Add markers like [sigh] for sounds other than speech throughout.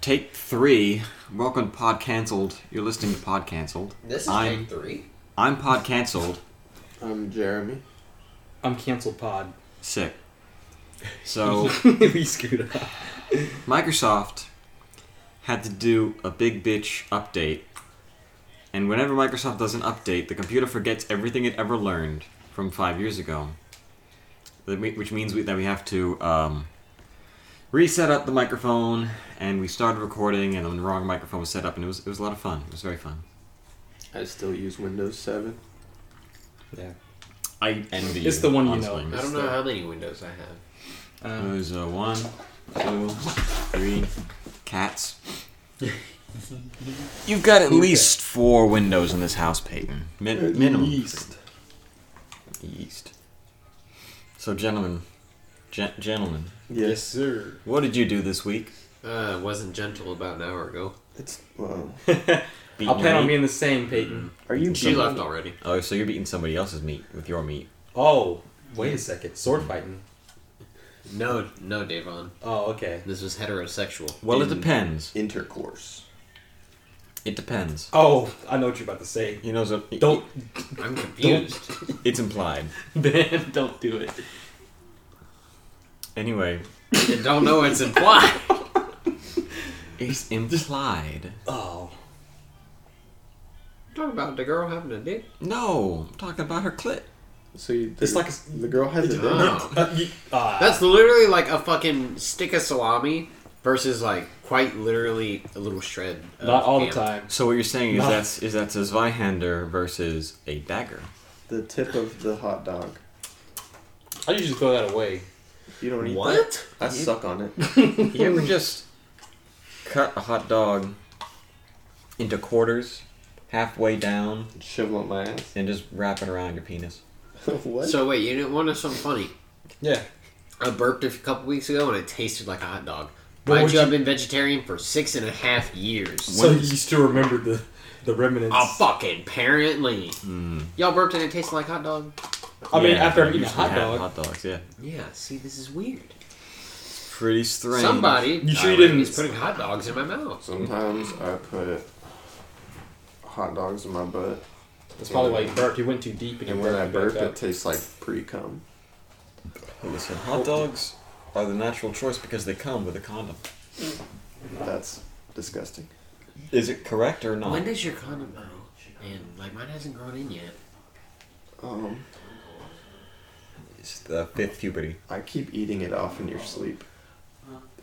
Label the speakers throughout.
Speaker 1: Take three. Welcome to Pod Cancelled. You're listening to Pod Cancelled.
Speaker 2: This is
Speaker 1: I'm,
Speaker 2: take three.
Speaker 1: I'm Pod Cancelled.
Speaker 3: I'm Jeremy.
Speaker 4: I'm canceled pod.
Speaker 1: Sick. So,
Speaker 4: [laughs] we screwed up.
Speaker 1: Microsoft had to do a big bitch update. And whenever Microsoft does an update, the computer forgets everything it ever learned from five years ago. That me- Which means we, that we have to um, reset up the microphone, and we started recording, and then the wrong microphone was set up, and it was, it was a lot of fun. It was very fun.
Speaker 3: I still use Windows 7.
Speaker 4: Yeah.
Speaker 1: I envy
Speaker 4: It's the one you know.
Speaker 1: honestly.
Speaker 2: I don't know how many windows I have.
Speaker 4: Um,
Speaker 1: There's uh, one, two, three cats. You've got at least four windows in this house, Peyton. Min- minimum. Yeast. So, gentlemen, gen- gentlemen,
Speaker 3: Yes.
Speaker 4: sir.
Speaker 1: what did you do this week?
Speaker 2: Uh, wasn't gentle about an hour ago.
Speaker 3: It's well.
Speaker 1: Beating
Speaker 4: I'll plan
Speaker 1: your
Speaker 4: on
Speaker 1: meat?
Speaker 4: being the same, Peyton.
Speaker 3: Are you?
Speaker 2: She
Speaker 3: being-
Speaker 2: left already.
Speaker 1: Oh, so you're beating somebody else's meat with your meat.
Speaker 4: Oh, wait a second. Sword fighting.
Speaker 2: No, no, Davon.
Speaker 4: Oh, okay.
Speaker 2: This was heterosexual.
Speaker 1: Well, it
Speaker 2: In-
Speaker 1: depends.
Speaker 3: Intercourse.
Speaker 1: It depends.
Speaker 4: Oh, I know what you're about to say.
Speaker 1: You know, so
Speaker 4: Don't,
Speaker 2: I'm confused.
Speaker 1: It's implied.
Speaker 4: man, [laughs] don't do it.
Speaker 1: Anyway,
Speaker 2: I don't know what's implied.
Speaker 1: it's implied.
Speaker 4: Oh,
Speaker 2: Talk about the girl having a dick.
Speaker 1: No, I'm talking about her clit.
Speaker 3: So you,
Speaker 4: It's like a-
Speaker 3: the girl has a dick.
Speaker 2: Oh.
Speaker 4: uh, you, uh,
Speaker 2: That's literally like a fucking stick of salami versus like quite literally a little shred. Of
Speaker 4: not all the
Speaker 2: ham.
Speaker 4: time.
Speaker 1: So what you're saying is
Speaker 4: Not-
Speaker 1: that's is that's a Zweihander versus a dagger.
Speaker 3: The tip of the hot dog.
Speaker 4: I usually throw that away.
Speaker 3: You don't eat that.
Speaker 2: What?
Speaker 3: I suck on it. [laughs]
Speaker 1: You ever just cut a hot dog into quarters, halfway down,
Speaker 3: Shovel up my ass.
Speaker 1: and just wrap it around your penis?
Speaker 3: [laughs] what?
Speaker 2: So wait, you didn't want to something funny?
Speaker 4: Yeah.
Speaker 2: I burped a couple weeks ago and it tasted like a hot dog.
Speaker 4: But
Speaker 2: Mind
Speaker 4: would
Speaker 2: you, I've
Speaker 4: you-
Speaker 2: been vegetarian for six and a half years.
Speaker 4: So you still remember the the remnants.
Speaker 2: Oh, fucking apparently. Y'all burped and it tasted like hot dog?
Speaker 4: I mean,
Speaker 1: Yeah,
Speaker 4: after I've
Speaker 1: you
Speaker 4: eaten a
Speaker 1: usually
Speaker 4: hot
Speaker 1: have
Speaker 4: dog,
Speaker 1: Hot dogs, yeah.
Speaker 2: Yeah, see, this is weird.
Speaker 1: Pretty strange.
Speaker 2: Somebody
Speaker 4: You sure you
Speaker 2: already
Speaker 4: didn't-
Speaker 2: is putting hot dogs in my mouth.
Speaker 3: Sometimes I put hot dogs in my butt,
Speaker 4: that's probably why you burped. You went too deep and you
Speaker 3: and when I
Speaker 4: burped.
Speaker 3: burp,
Speaker 4: back
Speaker 3: it
Speaker 4: up.
Speaker 3: tastes like pre cum.
Speaker 1: Listen, hot dogs are the natural choice because they come with a condom.
Speaker 3: That's disgusting.
Speaker 1: Is it correct or not?
Speaker 2: When does your condom grow? And, like, mine hasn't grown in yet.
Speaker 3: Um,
Speaker 1: It's the fifth puberty.
Speaker 3: I keep eating it off in your sleep.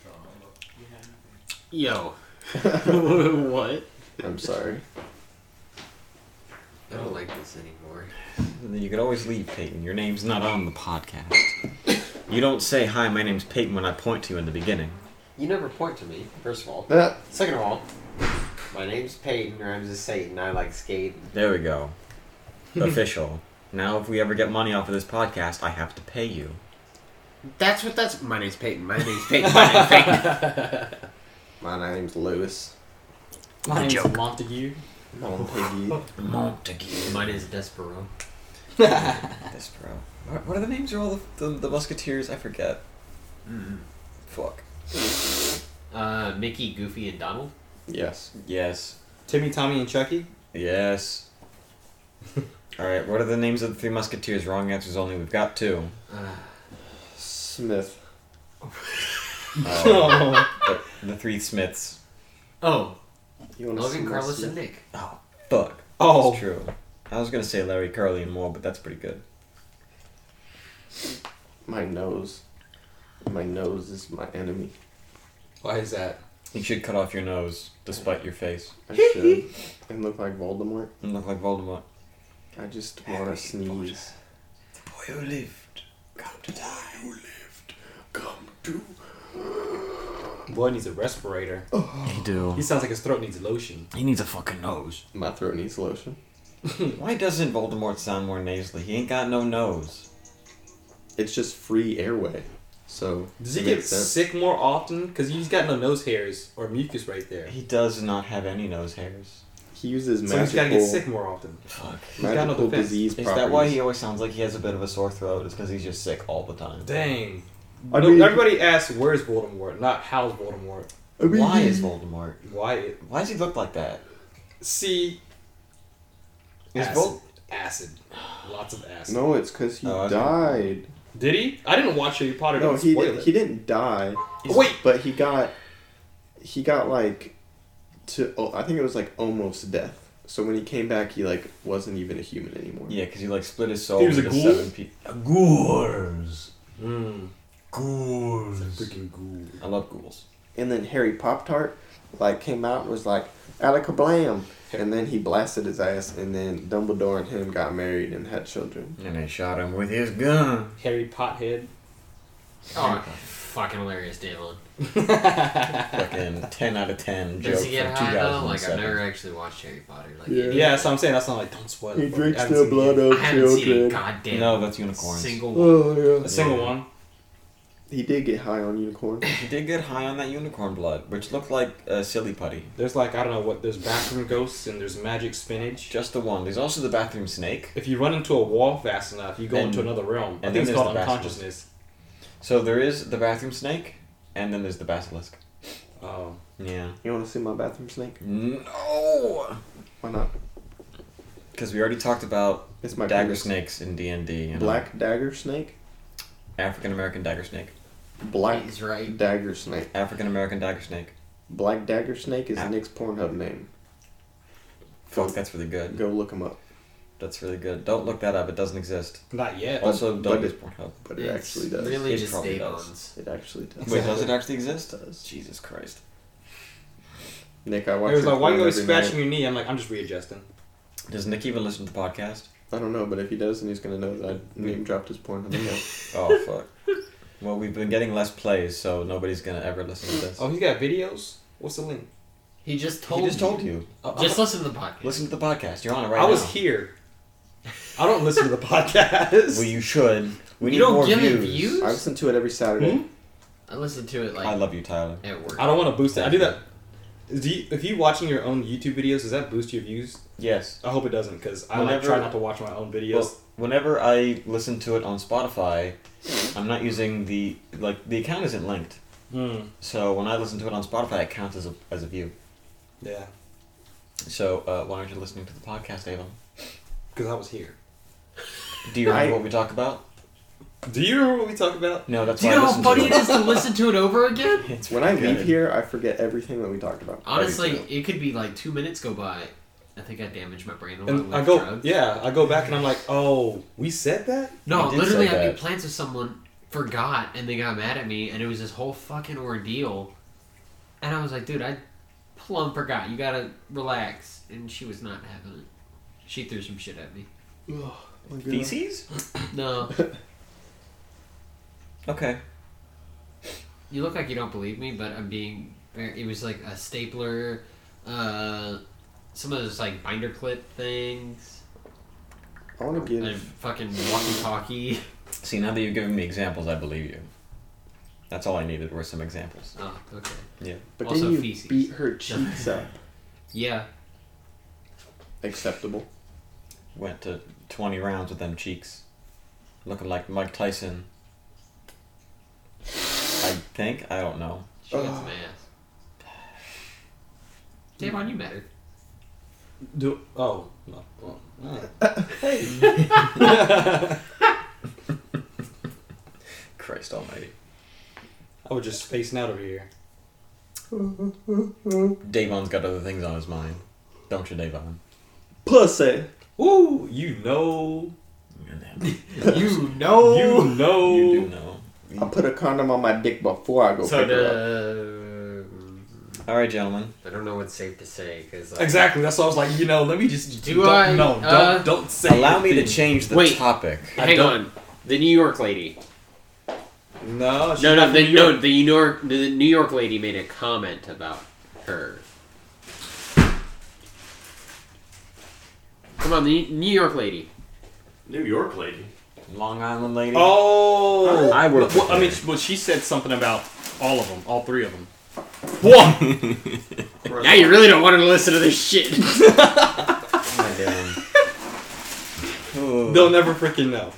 Speaker 2: [laughs] Yo. what?
Speaker 3: I'm sorry.
Speaker 2: I don't like this anymore.
Speaker 1: And then you could always leave, Peyton. Your name's not on the podcast. You don't say, hi, my name's Peyton when I point to you in the beginning.
Speaker 2: You never point to me, first of all.
Speaker 3: That
Speaker 2: Second of all, my name's Peyton, rhymes with Satan, I like skating.
Speaker 1: There we go. Official. Now, if we ever get money off of this podcast, I have to pay you.
Speaker 2: That's what that's. My name's Peyton, my name's Peyton, [laughs] my name's Peyton.
Speaker 3: my name's Lewis.
Speaker 4: My name's
Speaker 1: joke.
Speaker 4: Montague.
Speaker 3: Mom Piggy.
Speaker 4: [laughs]
Speaker 1: Montague.
Speaker 2: Mine is Despero.
Speaker 1: This bro. What, what are the names of all the, the, the musketeers? I forget. Fuck.
Speaker 2: Uh, Mickey, Goofy, and Donald.
Speaker 3: Yes.
Speaker 1: Yes.
Speaker 4: Timmy, Tommy, and Chucky.
Speaker 1: Yes. all right. What are the names of the three musketeers? Wrong answers only. We've got two.
Speaker 3: Smith.
Speaker 1: Uh,
Speaker 4: [laughs] Oh.
Speaker 1: the, the three Smiths.
Speaker 2: Oh,
Speaker 3: You wanna see
Speaker 2: Logan,
Speaker 3: my
Speaker 2: Carlos,
Speaker 3: Smith?
Speaker 2: and Nick.
Speaker 1: Oh, fuck.
Speaker 4: Oh.
Speaker 1: That's true. I was gonna say Larry, Curly, and Moore, but that's pretty good.
Speaker 3: My nose. My nose is my enemy.
Speaker 4: Why is that?
Speaker 1: You should cut off your nose, despite your face,
Speaker 4: [laughs]
Speaker 3: I should. and look like Voldemort.
Speaker 1: and look like Voldemort.
Speaker 3: I just want to sneeze.
Speaker 1: Boy who lived, come to die. Who lived, come to.
Speaker 4: Boy needs a respirator.
Speaker 3: Oh.
Speaker 1: He do.
Speaker 4: He sounds like his throat needs lotion.
Speaker 1: He needs a fucking nose.
Speaker 3: My throat needs lotion.
Speaker 1: Why doesn't Voldemort sound more nasally? He ain't got no nose.
Speaker 3: It's just free airway. So.
Speaker 4: Does he
Speaker 3: it
Speaker 4: get
Speaker 3: makes sense.
Speaker 4: sick more often? Because he's got no nose hairs or mucus right there.
Speaker 1: He does not have any nose hairs.
Speaker 3: He uses
Speaker 4: So
Speaker 3: magical.
Speaker 4: he's got to get sick more often.
Speaker 1: Fuck.
Speaker 4: He's got no
Speaker 3: Magical
Speaker 4: defense.
Speaker 3: disease
Speaker 1: Is
Speaker 3: properties.
Speaker 1: that why he always sounds like he has a bit of a sore throat? It's because he's just sick all the time.
Speaker 4: Dang.
Speaker 3: I
Speaker 4: No-
Speaker 3: mean-
Speaker 4: everybody asks, where's Voldemort? Not how's Voldemort.
Speaker 1: Why is Voldemort?
Speaker 4: Why?
Speaker 1: Why does he look like that?
Speaker 4: See,
Speaker 1: Is
Speaker 4: acid.
Speaker 1: Vol-
Speaker 4: acid. Lots of acid.
Speaker 3: No, it's because he
Speaker 1: Oh, okay.
Speaker 3: died.
Speaker 4: Did he? I didn't watch Harry Potter.
Speaker 3: No,
Speaker 4: don't
Speaker 3: he
Speaker 4: spoil
Speaker 3: did,
Speaker 4: it.
Speaker 3: he didn't die,
Speaker 4: Oh, Wait,
Speaker 3: but he got he got like to oh, I think it was like almost death. So when he came back, he like wasn't even a human anymore.
Speaker 1: Yeah, because he like split his soul
Speaker 4: He was a
Speaker 1: into
Speaker 4: ghoul?
Speaker 1: seven people. Ghouls.
Speaker 4: Mm,
Speaker 1: Ghouls.
Speaker 4: freaking ghoul.
Speaker 1: I love ghouls.
Speaker 3: And then Harry Pop Tart like came out and was like alakablam, and then he blasted his ass, and then Dumbledore and him got married and had children.
Speaker 1: And they shot him with his gun.
Speaker 4: Harry
Speaker 3: [laughs]
Speaker 4: Pothead. [laughs]
Speaker 1: Oh,
Speaker 2: fucking hilarious, David.
Speaker 1: Fucking ten out of ten joke
Speaker 2: Does he get
Speaker 1: from
Speaker 2: high
Speaker 1: two
Speaker 2: though?
Speaker 1: thousand
Speaker 2: Like I've
Speaker 1: seven.
Speaker 2: never actually watched Harry Potter. Like
Speaker 3: Yeah.
Speaker 4: yeah, that's what I'm saying. That's not like don't spoil.
Speaker 3: He
Speaker 4: it, bro. I
Speaker 3: drinks
Speaker 4: haven't
Speaker 3: the
Speaker 4: seen it
Speaker 3: blood of
Speaker 2: I haven't seen a
Speaker 3: children.
Speaker 2: goddamn
Speaker 1: No, that's unicorns.
Speaker 2: single one.
Speaker 3: Oh
Speaker 4: yet.
Speaker 3: yeah.
Speaker 4: A single
Speaker 1: Yeah.
Speaker 4: one.
Speaker 3: He did get high on unicorn.
Speaker 1: He did get high on that unicorn blood, which looked like a silly putty.
Speaker 4: There's like I don't know what. There's bathroom ghosts and there's magic spinach.
Speaker 1: Just the one. There's also the bathroom snake.
Speaker 4: If you run into a wall fast enough, you go
Speaker 1: And-
Speaker 4: into another realm. I
Speaker 1: and
Speaker 4: think
Speaker 1: then
Speaker 4: it's
Speaker 1: there's
Speaker 4: called
Speaker 1: the basilisk.
Speaker 4: unconsciousness.
Speaker 1: So there is the bathroom snake, and then there's the basilisk.
Speaker 4: Oh,
Speaker 1: Yeah.
Speaker 3: You want to see my bathroom snake?
Speaker 1: No,
Speaker 3: Why not?
Speaker 1: because we already talked about
Speaker 3: It's my
Speaker 1: dagger
Speaker 3: penis.
Speaker 1: snakes in D and D.
Speaker 3: Black dagger snake.
Speaker 1: African American dagger snake.
Speaker 3: Black
Speaker 2: He's right.
Speaker 3: dagger snake.
Speaker 1: African American dagger snake.
Speaker 3: Black dagger snake is
Speaker 1: Ah.
Speaker 3: Nick's Pornhub name.
Speaker 1: Fuck, that's really good.
Speaker 3: Go look him up.
Speaker 1: That's really good. Don't look that up. It doesn't exist.
Speaker 4: not yet.
Speaker 1: Also,
Speaker 3: but
Speaker 1: don't use
Speaker 3: it-
Speaker 1: Oh, Pornhub.
Speaker 3: But it actually does.
Speaker 2: Really,
Speaker 1: It
Speaker 2: just
Speaker 1: probably
Speaker 2: day
Speaker 1: does.
Speaker 2: bones.
Speaker 3: It actually does.
Speaker 1: Wait, does it actually exist?
Speaker 3: does.
Speaker 1: Jesus Christ.
Speaker 3: Nick, I
Speaker 4: It
Speaker 3: watch.
Speaker 4: was
Speaker 3: your
Speaker 4: like, why are you
Speaker 3: porn
Speaker 4: always
Speaker 3: every
Speaker 4: scratching
Speaker 3: night.
Speaker 4: your knee? I'm like, I'm just readjusting.
Speaker 1: Does Nick even listen to the podcast?
Speaker 3: I don't know, but if he does, then he's gonna know that I name dropped
Speaker 1: [laughs]
Speaker 3: his Pornhub account.
Speaker 1: Oh fuck. Well, we've been getting less plays, so nobody's gonna ever listen to this.
Speaker 4: Oh, he's got videos. What's the link?
Speaker 2: He just told.
Speaker 1: he just
Speaker 2: you.
Speaker 1: told you.
Speaker 4: Oh,
Speaker 2: Just
Speaker 4: I'm-
Speaker 2: listen to the podcast.
Speaker 1: Listen to the podcast. You're on it right
Speaker 4: I
Speaker 1: now.
Speaker 4: was here. I don't listen to the [laughs] podcast.
Speaker 1: Well, you should. We
Speaker 2: You
Speaker 1: need
Speaker 2: don't
Speaker 1: more
Speaker 2: give it
Speaker 1: views.
Speaker 2: views?
Speaker 3: I listen to it every Saturday.
Speaker 2: I listened to it like
Speaker 1: I love you, Tyler.
Speaker 2: at work.
Speaker 4: I don't want to boost it. I
Speaker 1: Thank
Speaker 4: do
Speaker 1: you.
Speaker 4: that. Do you, if you watching your own YouTube videos, does that boost your views?
Speaker 1: Yes.
Speaker 4: I hope it doesn't, because I like
Speaker 1: Whenever-
Speaker 4: try not to watch my own videos.
Speaker 1: Well, whenever I listen to it on Spotify, I'm not using the like the account isn't linked.
Speaker 4: Hmm.
Speaker 1: So when I listen to it on Spotify, it counts as a as a view.
Speaker 4: yeah,
Speaker 1: So uh, why aren't you listening to the podcast, Avon?
Speaker 4: because I was here.
Speaker 1: Do you remember
Speaker 3: I-
Speaker 1: what we talked about?
Speaker 4: Do you remember what we talked about?
Speaker 1: No, that's
Speaker 2: Do you
Speaker 1: why
Speaker 2: know
Speaker 1: I
Speaker 2: how
Speaker 1: listen
Speaker 2: funny
Speaker 1: to
Speaker 2: it is to listen to it
Speaker 1: [laughs]
Speaker 2: over again?
Speaker 1: It's
Speaker 3: When I
Speaker 1: good.
Speaker 3: leave here, I forget everything that we talked about.
Speaker 2: Honestly,
Speaker 3: Everything.
Speaker 2: it could be like two minutes go by. I think I damaged my brain along
Speaker 4: And
Speaker 2: with
Speaker 4: I go,
Speaker 2: drugs.
Speaker 4: yeah, I go back and I'm like, oh, we said that.
Speaker 2: No,
Speaker 1: You did
Speaker 2: literally,
Speaker 1: say
Speaker 2: I made
Speaker 1: that.
Speaker 2: plans with someone, forgot, and they got mad at me, and it was this whole fucking ordeal. And I was like, dude, I plumb forgot. You gotta relax. And she was not having it. She threw some shit at me.
Speaker 3: Oh my God.
Speaker 1: feces.
Speaker 2: No,
Speaker 1: Okay.
Speaker 2: [laughs] you look like you don't believe me, but I'm being. very- It was like a stapler, uh, some of those like binder clip things,
Speaker 3: I want to
Speaker 2: and
Speaker 3: give.
Speaker 2: fucking
Speaker 1: [laughs]
Speaker 2: walkie talkie.
Speaker 1: See, now that you've given me examples, I believe you. That's all I needed were some examples.
Speaker 2: Oh, okay.
Speaker 1: Yeah.
Speaker 3: But
Speaker 2: also
Speaker 3: then you
Speaker 2: feces.
Speaker 3: beat her
Speaker 1: [laughs]
Speaker 3: cheeks up.
Speaker 2: Yeah.
Speaker 3: Acceptable.
Speaker 1: Went to 20 rounds with them cheeks. Looking like Mike Tyson. I think. I don't know.
Speaker 2: She got
Speaker 3: Ugh.
Speaker 2: some ass. Davon, you met her.
Speaker 4: Do oh no. well, no.
Speaker 2: [laughs]
Speaker 4: [laughs]
Speaker 1: Christ almighty.
Speaker 4: I was just spacing out over here.
Speaker 1: Davon's got other things on his mind. Don't you, Davon?
Speaker 3: Pussy.
Speaker 4: Ooh, you know,
Speaker 2: you know.
Speaker 4: you know.
Speaker 1: You do know.
Speaker 3: I put a condom on my dick before I go
Speaker 2: So
Speaker 3: pick her up.
Speaker 2: the,
Speaker 1: Alright, gentlemen.
Speaker 2: I don't know what's safe to say uh, because
Speaker 4: Exactly. That's why I was like, you know, let me just
Speaker 2: Do
Speaker 4: do. Don't,
Speaker 2: I,
Speaker 4: no, don't
Speaker 2: uh,
Speaker 4: don't say.
Speaker 1: Allow me to
Speaker 4: anything.
Speaker 1: change the
Speaker 2: Wait.
Speaker 1: topic.
Speaker 4: I
Speaker 2: Hang
Speaker 4: don't-
Speaker 2: on, the New York lady.
Speaker 4: No, she's
Speaker 2: No, no,
Speaker 4: not from
Speaker 2: the,
Speaker 4: New York.
Speaker 2: no, the New York, the New York lady made a comment about her. Come on, the New York lady.
Speaker 5: New York lady.
Speaker 1: Long Island lady.
Speaker 4: Oh,
Speaker 1: I work
Speaker 4: Well,
Speaker 1: with
Speaker 4: I
Speaker 1: her.
Speaker 4: mean,
Speaker 1: [laughs]
Speaker 4: well, she said something about all of them, all three of them. What?
Speaker 2: Now you really don't want her to listen to this
Speaker 4: [laughs]
Speaker 2: shit.
Speaker 1: Oh My damn. Ooh.
Speaker 4: [laughs] They'll never freaking know.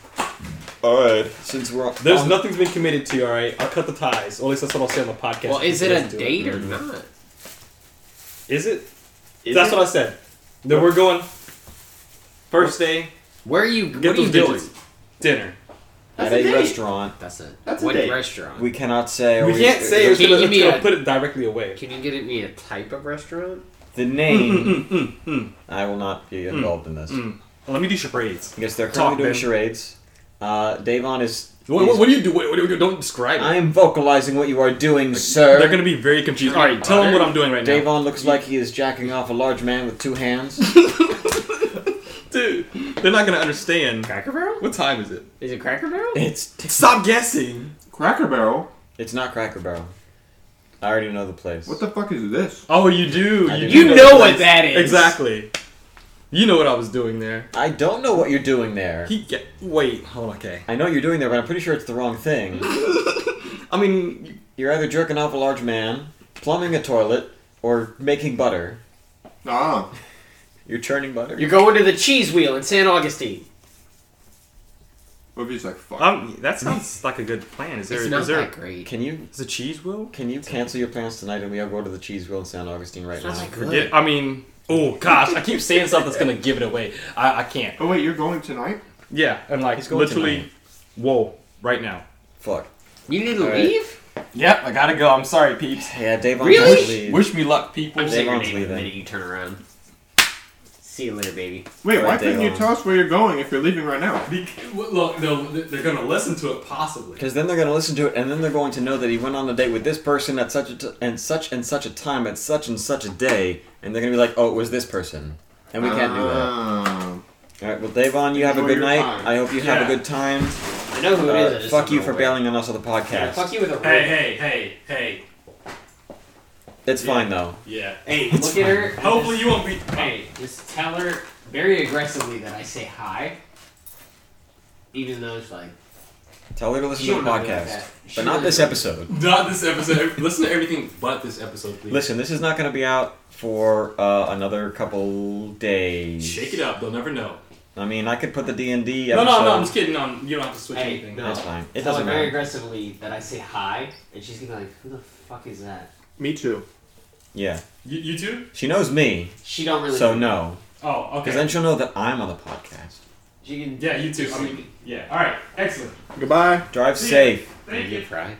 Speaker 1: All right, since we're on,
Speaker 4: There's
Speaker 2: Um,
Speaker 1: on-
Speaker 4: nothing's been committed to. All right, I'll cut the ties. Or at least that's what I'll say on the podcast.
Speaker 2: Well,
Speaker 4: if
Speaker 2: is
Speaker 4: you
Speaker 2: it
Speaker 4: guys
Speaker 2: a
Speaker 4: do Mm-hmm.
Speaker 2: date or
Speaker 1: Mhm.
Speaker 2: not?
Speaker 4: Is it?
Speaker 6: Is
Speaker 4: that's
Speaker 6: it?
Speaker 4: what I said. That we're going. First day,
Speaker 2: Where are you?
Speaker 4: get
Speaker 2: what are you
Speaker 4: those
Speaker 2: doing?
Speaker 4: digits. Dinner.
Speaker 1: at
Speaker 3: That's
Speaker 1: a,
Speaker 3: a date.
Speaker 1: restaurant.
Speaker 2: That's it.
Speaker 3: That's a
Speaker 2: what
Speaker 3: date.
Speaker 2: restaurant?
Speaker 1: We cannot say. or
Speaker 4: we can't say it's
Speaker 2: Can
Speaker 4: gonna,
Speaker 2: you
Speaker 4: it's
Speaker 2: give me
Speaker 4: gonna
Speaker 2: a-
Speaker 4: put it directly away.
Speaker 2: Can you get me a type of restaurant?
Speaker 1: the
Speaker 4: Mm, Mm-hmm.
Speaker 1: name. I will not be involved in this.
Speaker 4: Let me do charades.
Speaker 1: Yes, they're
Speaker 4: Mm-hmm. Talk,
Speaker 1: currently doing
Speaker 4: Ben.
Speaker 1: charades. Uh, Davon is.
Speaker 4: What, what, what do you do? What, what do you do? Don't describe it.
Speaker 1: I am vocalizing what you are doing, sir.
Speaker 4: They're gonna be very confused. All right, tell them what I'm doing right now,
Speaker 1: Davon looks like he is jacking off a large man with two hands.
Speaker 4: [laughs] dude. They're not gonna understand.
Speaker 2: Cracker Barrel?
Speaker 4: What time is it?
Speaker 2: Is it Cracker Barrel?
Speaker 1: it's
Speaker 4: Stop guessing.
Speaker 3: Cracker Barrel.
Speaker 1: it's not Cracker Barrel. I already know the place.
Speaker 3: What the fuck is this?
Speaker 4: Oh, you do.
Speaker 1: I
Speaker 4: You,
Speaker 1: do.
Speaker 4: do
Speaker 2: You know what that is.
Speaker 4: exactly. You know what I was doing there.
Speaker 1: I don't know what you're doing there.
Speaker 4: He get, wait. Hold on. Okay.
Speaker 1: I know what you're doing there, but I'm pretty sure it's the wrong
Speaker 4: [laughs]
Speaker 1: thing.
Speaker 4: I mean,
Speaker 1: You're either jerking off a large man, plumbing a toilet, or making butter.
Speaker 3: Ah,
Speaker 1: You're churning butter.
Speaker 2: You're going to the cheese wheel in San Augustine.
Speaker 3: what if he's like fuck?
Speaker 4: um, that sounds like a good plan. Is there?
Speaker 2: It's
Speaker 4: Is
Speaker 2: not
Speaker 4: there?
Speaker 2: that great.
Speaker 1: Can you
Speaker 4: Is a cheese wheel?
Speaker 1: can you cancel your plans tonight and we all go to the cheese wheel in San Augustine right
Speaker 2: Sounds
Speaker 1: now?
Speaker 2: like
Speaker 4: Forget. I mean, oh gosh, I keep saying stuff that's gonna give it away. I, I can't.
Speaker 3: oh wait, you're going tonight?
Speaker 4: Yeah, and like
Speaker 1: He's going
Speaker 4: literally,
Speaker 1: tonight.
Speaker 4: whoa, right now.
Speaker 1: Fuck.
Speaker 2: You need to
Speaker 1: All right.
Speaker 2: leave?
Speaker 4: Yep, I gotta go. I'm sorry, peeps.
Speaker 1: Yeah, Davon
Speaker 2: Really?
Speaker 1: has to leave.
Speaker 4: Wish me luck, people.
Speaker 2: I'm saying your
Speaker 1: Davon's
Speaker 2: name in the
Speaker 1: leaving.
Speaker 2: minute you turn around. See you later, baby.
Speaker 3: Wait,
Speaker 1: Right
Speaker 3: why couldn't
Speaker 1: there.
Speaker 3: you tell us where you're going if you're leaving right now?
Speaker 4: Look, no, they're gonna listen to it possibly.
Speaker 1: Because then they're going to listen to it, and then they're going to know that he went on a date with this person at such a t- and such and such a time at such and such a day, and they're going to be like, "Oh, it was this person," and we can't do
Speaker 2: Uh,
Speaker 1: that.
Speaker 3: Ah.
Speaker 1: All right, well, Davon, you have a
Speaker 3: Enjoy
Speaker 1: good
Speaker 3: your
Speaker 1: night.
Speaker 3: time.
Speaker 1: I hope you have a
Speaker 4: Yeah.
Speaker 1: good time.
Speaker 2: I know who it is. I
Speaker 1: Uh,
Speaker 2: just
Speaker 1: fuck
Speaker 2: don't
Speaker 1: you
Speaker 2: know
Speaker 1: for
Speaker 2: where.
Speaker 1: bailing on us on the
Speaker 2: Yeah,
Speaker 1: podcast.
Speaker 2: fuck you with a
Speaker 4: Hey,
Speaker 2: ring.
Speaker 4: hey, hey, hey.
Speaker 1: It's
Speaker 4: Yeah.
Speaker 1: fine though.
Speaker 4: Yeah.
Speaker 2: Hey, look at her. and
Speaker 4: Hopefully
Speaker 2: just-
Speaker 4: you won't be.
Speaker 2: Hey, just tell her very aggressively that I say hi. Even though it's like.
Speaker 1: Tell her to listen
Speaker 2: She
Speaker 1: to the
Speaker 2: don't know that.
Speaker 1: podcast,
Speaker 2: She
Speaker 1: but not
Speaker 2: don't
Speaker 1: this
Speaker 2: know.
Speaker 1: episode.
Speaker 4: Not this episode. listen to everything but this episode, please.
Speaker 1: Listen, this is not going to be out for uh, another couple days.
Speaker 4: Shake it up. They'll never know.
Speaker 1: I mean, I could put the D and D
Speaker 4: No,
Speaker 1: episode.
Speaker 4: no, no. I'm just kidding. No, you don't have to switch
Speaker 2: Hey,
Speaker 4: anything.
Speaker 2: no.
Speaker 1: That's fine. It
Speaker 2: tell
Speaker 1: doesn't
Speaker 2: her very
Speaker 1: matter.
Speaker 2: aggressively that I say hi, and she's gonna be like, who the fuck is that?
Speaker 3: Me too.
Speaker 1: Yeah,
Speaker 4: You, you too?
Speaker 1: she knows me,
Speaker 2: She don't really.
Speaker 1: so no.
Speaker 4: Oh, okay.
Speaker 1: Because then she'll know that I'm on the podcast.
Speaker 2: She can.
Speaker 4: Yeah, you too. I mean, yeah. All right. Excellent.
Speaker 3: Goodbye.
Speaker 1: Drive
Speaker 4: See ya.
Speaker 1: safe.
Speaker 4: Thank you.
Speaker 2: fry.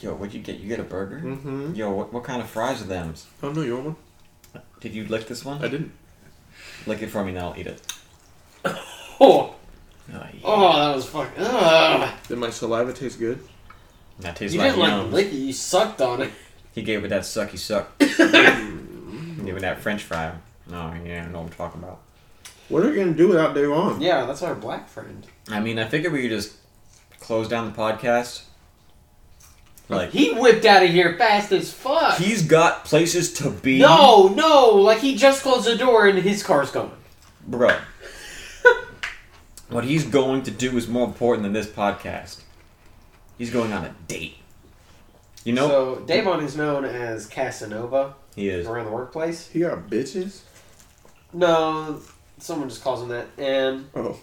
Speaker 1: Yo, what'd you get? You get a burger?
Speaker 3: Mm-hmm.
Speaker 1: Yo, what, what kind of fries are them?
Speaker 3: Oh no, you want one?
Speaker 1: Did you lick this one?
Speaker 3: didn't.
Speaker 1: Lick it for me and I'll eat it.
Speaker 2: Oh,
Speaker 1: Oh, yeah.
Speaker 2: oh, that was fucking. Ugh.
Speaker 3: Did my saliva taste good?
Speaker 1: That tastes
Speaker 2: You
Speaker 1: like
Speaker 2: didn't like
Speaker 1: yum.
Speaker 2: lick it. You sucked on it.
Speaker 1: He gave it that sucky suck. [laughs] He gave it that french fry. No, you don't know what I'm talking about.
Speaker 3: What are we gonna do without Dave on?
Speaker 2: Yeah, that's our black friend.
Speaker 1: I mean, I figured we could just close down the podcast. Like,
Speaker 2: He whipped out of here fast as fuck.
Speaker 1: he's got places to be.
Speaker 2: no, no, like he just closed the door and his car's going.
Speaker 1: Bro. what he's going to do is more important than this podcast. He's going on a date. You know?
Speaker 2: So Davon is known as Casanova
Speaker 1: he is.
Speaker 2: around the workplace.
Speaker 3: He got bitches.
Speaker 2: No, someone just calls him that, and
Speaker 3: Oh,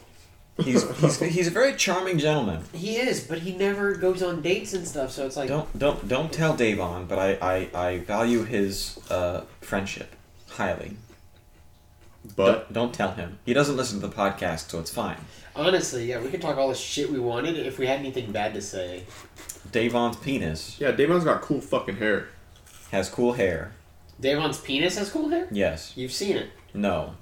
Speaker 1: He's, he's he's a very charming gentleman.
Speaker 2: he is, but he never goes on dates and stuff. So it's like,
Speaker 1: Don't don't don't tell Davon, but I I, I value his uh, friendship highly.
Speaker 3: but
Speaker 1: don't, don't tell him. He doesn't listen to the podcast, so it's fine.
Speaker 2: honestly, yeah, we could talk all the shit we wanted if we had anything bad to say.
Speaker 1: Davon's penis
Speaker 3: yeah, Damon's got cool fucking hair.
Speaker 1: has cool hair.
Speaker 2: Davon's penis has cool hair.
Speaker 1: Yes.
Speaker 2: You've seen it.
Speaker 1: No.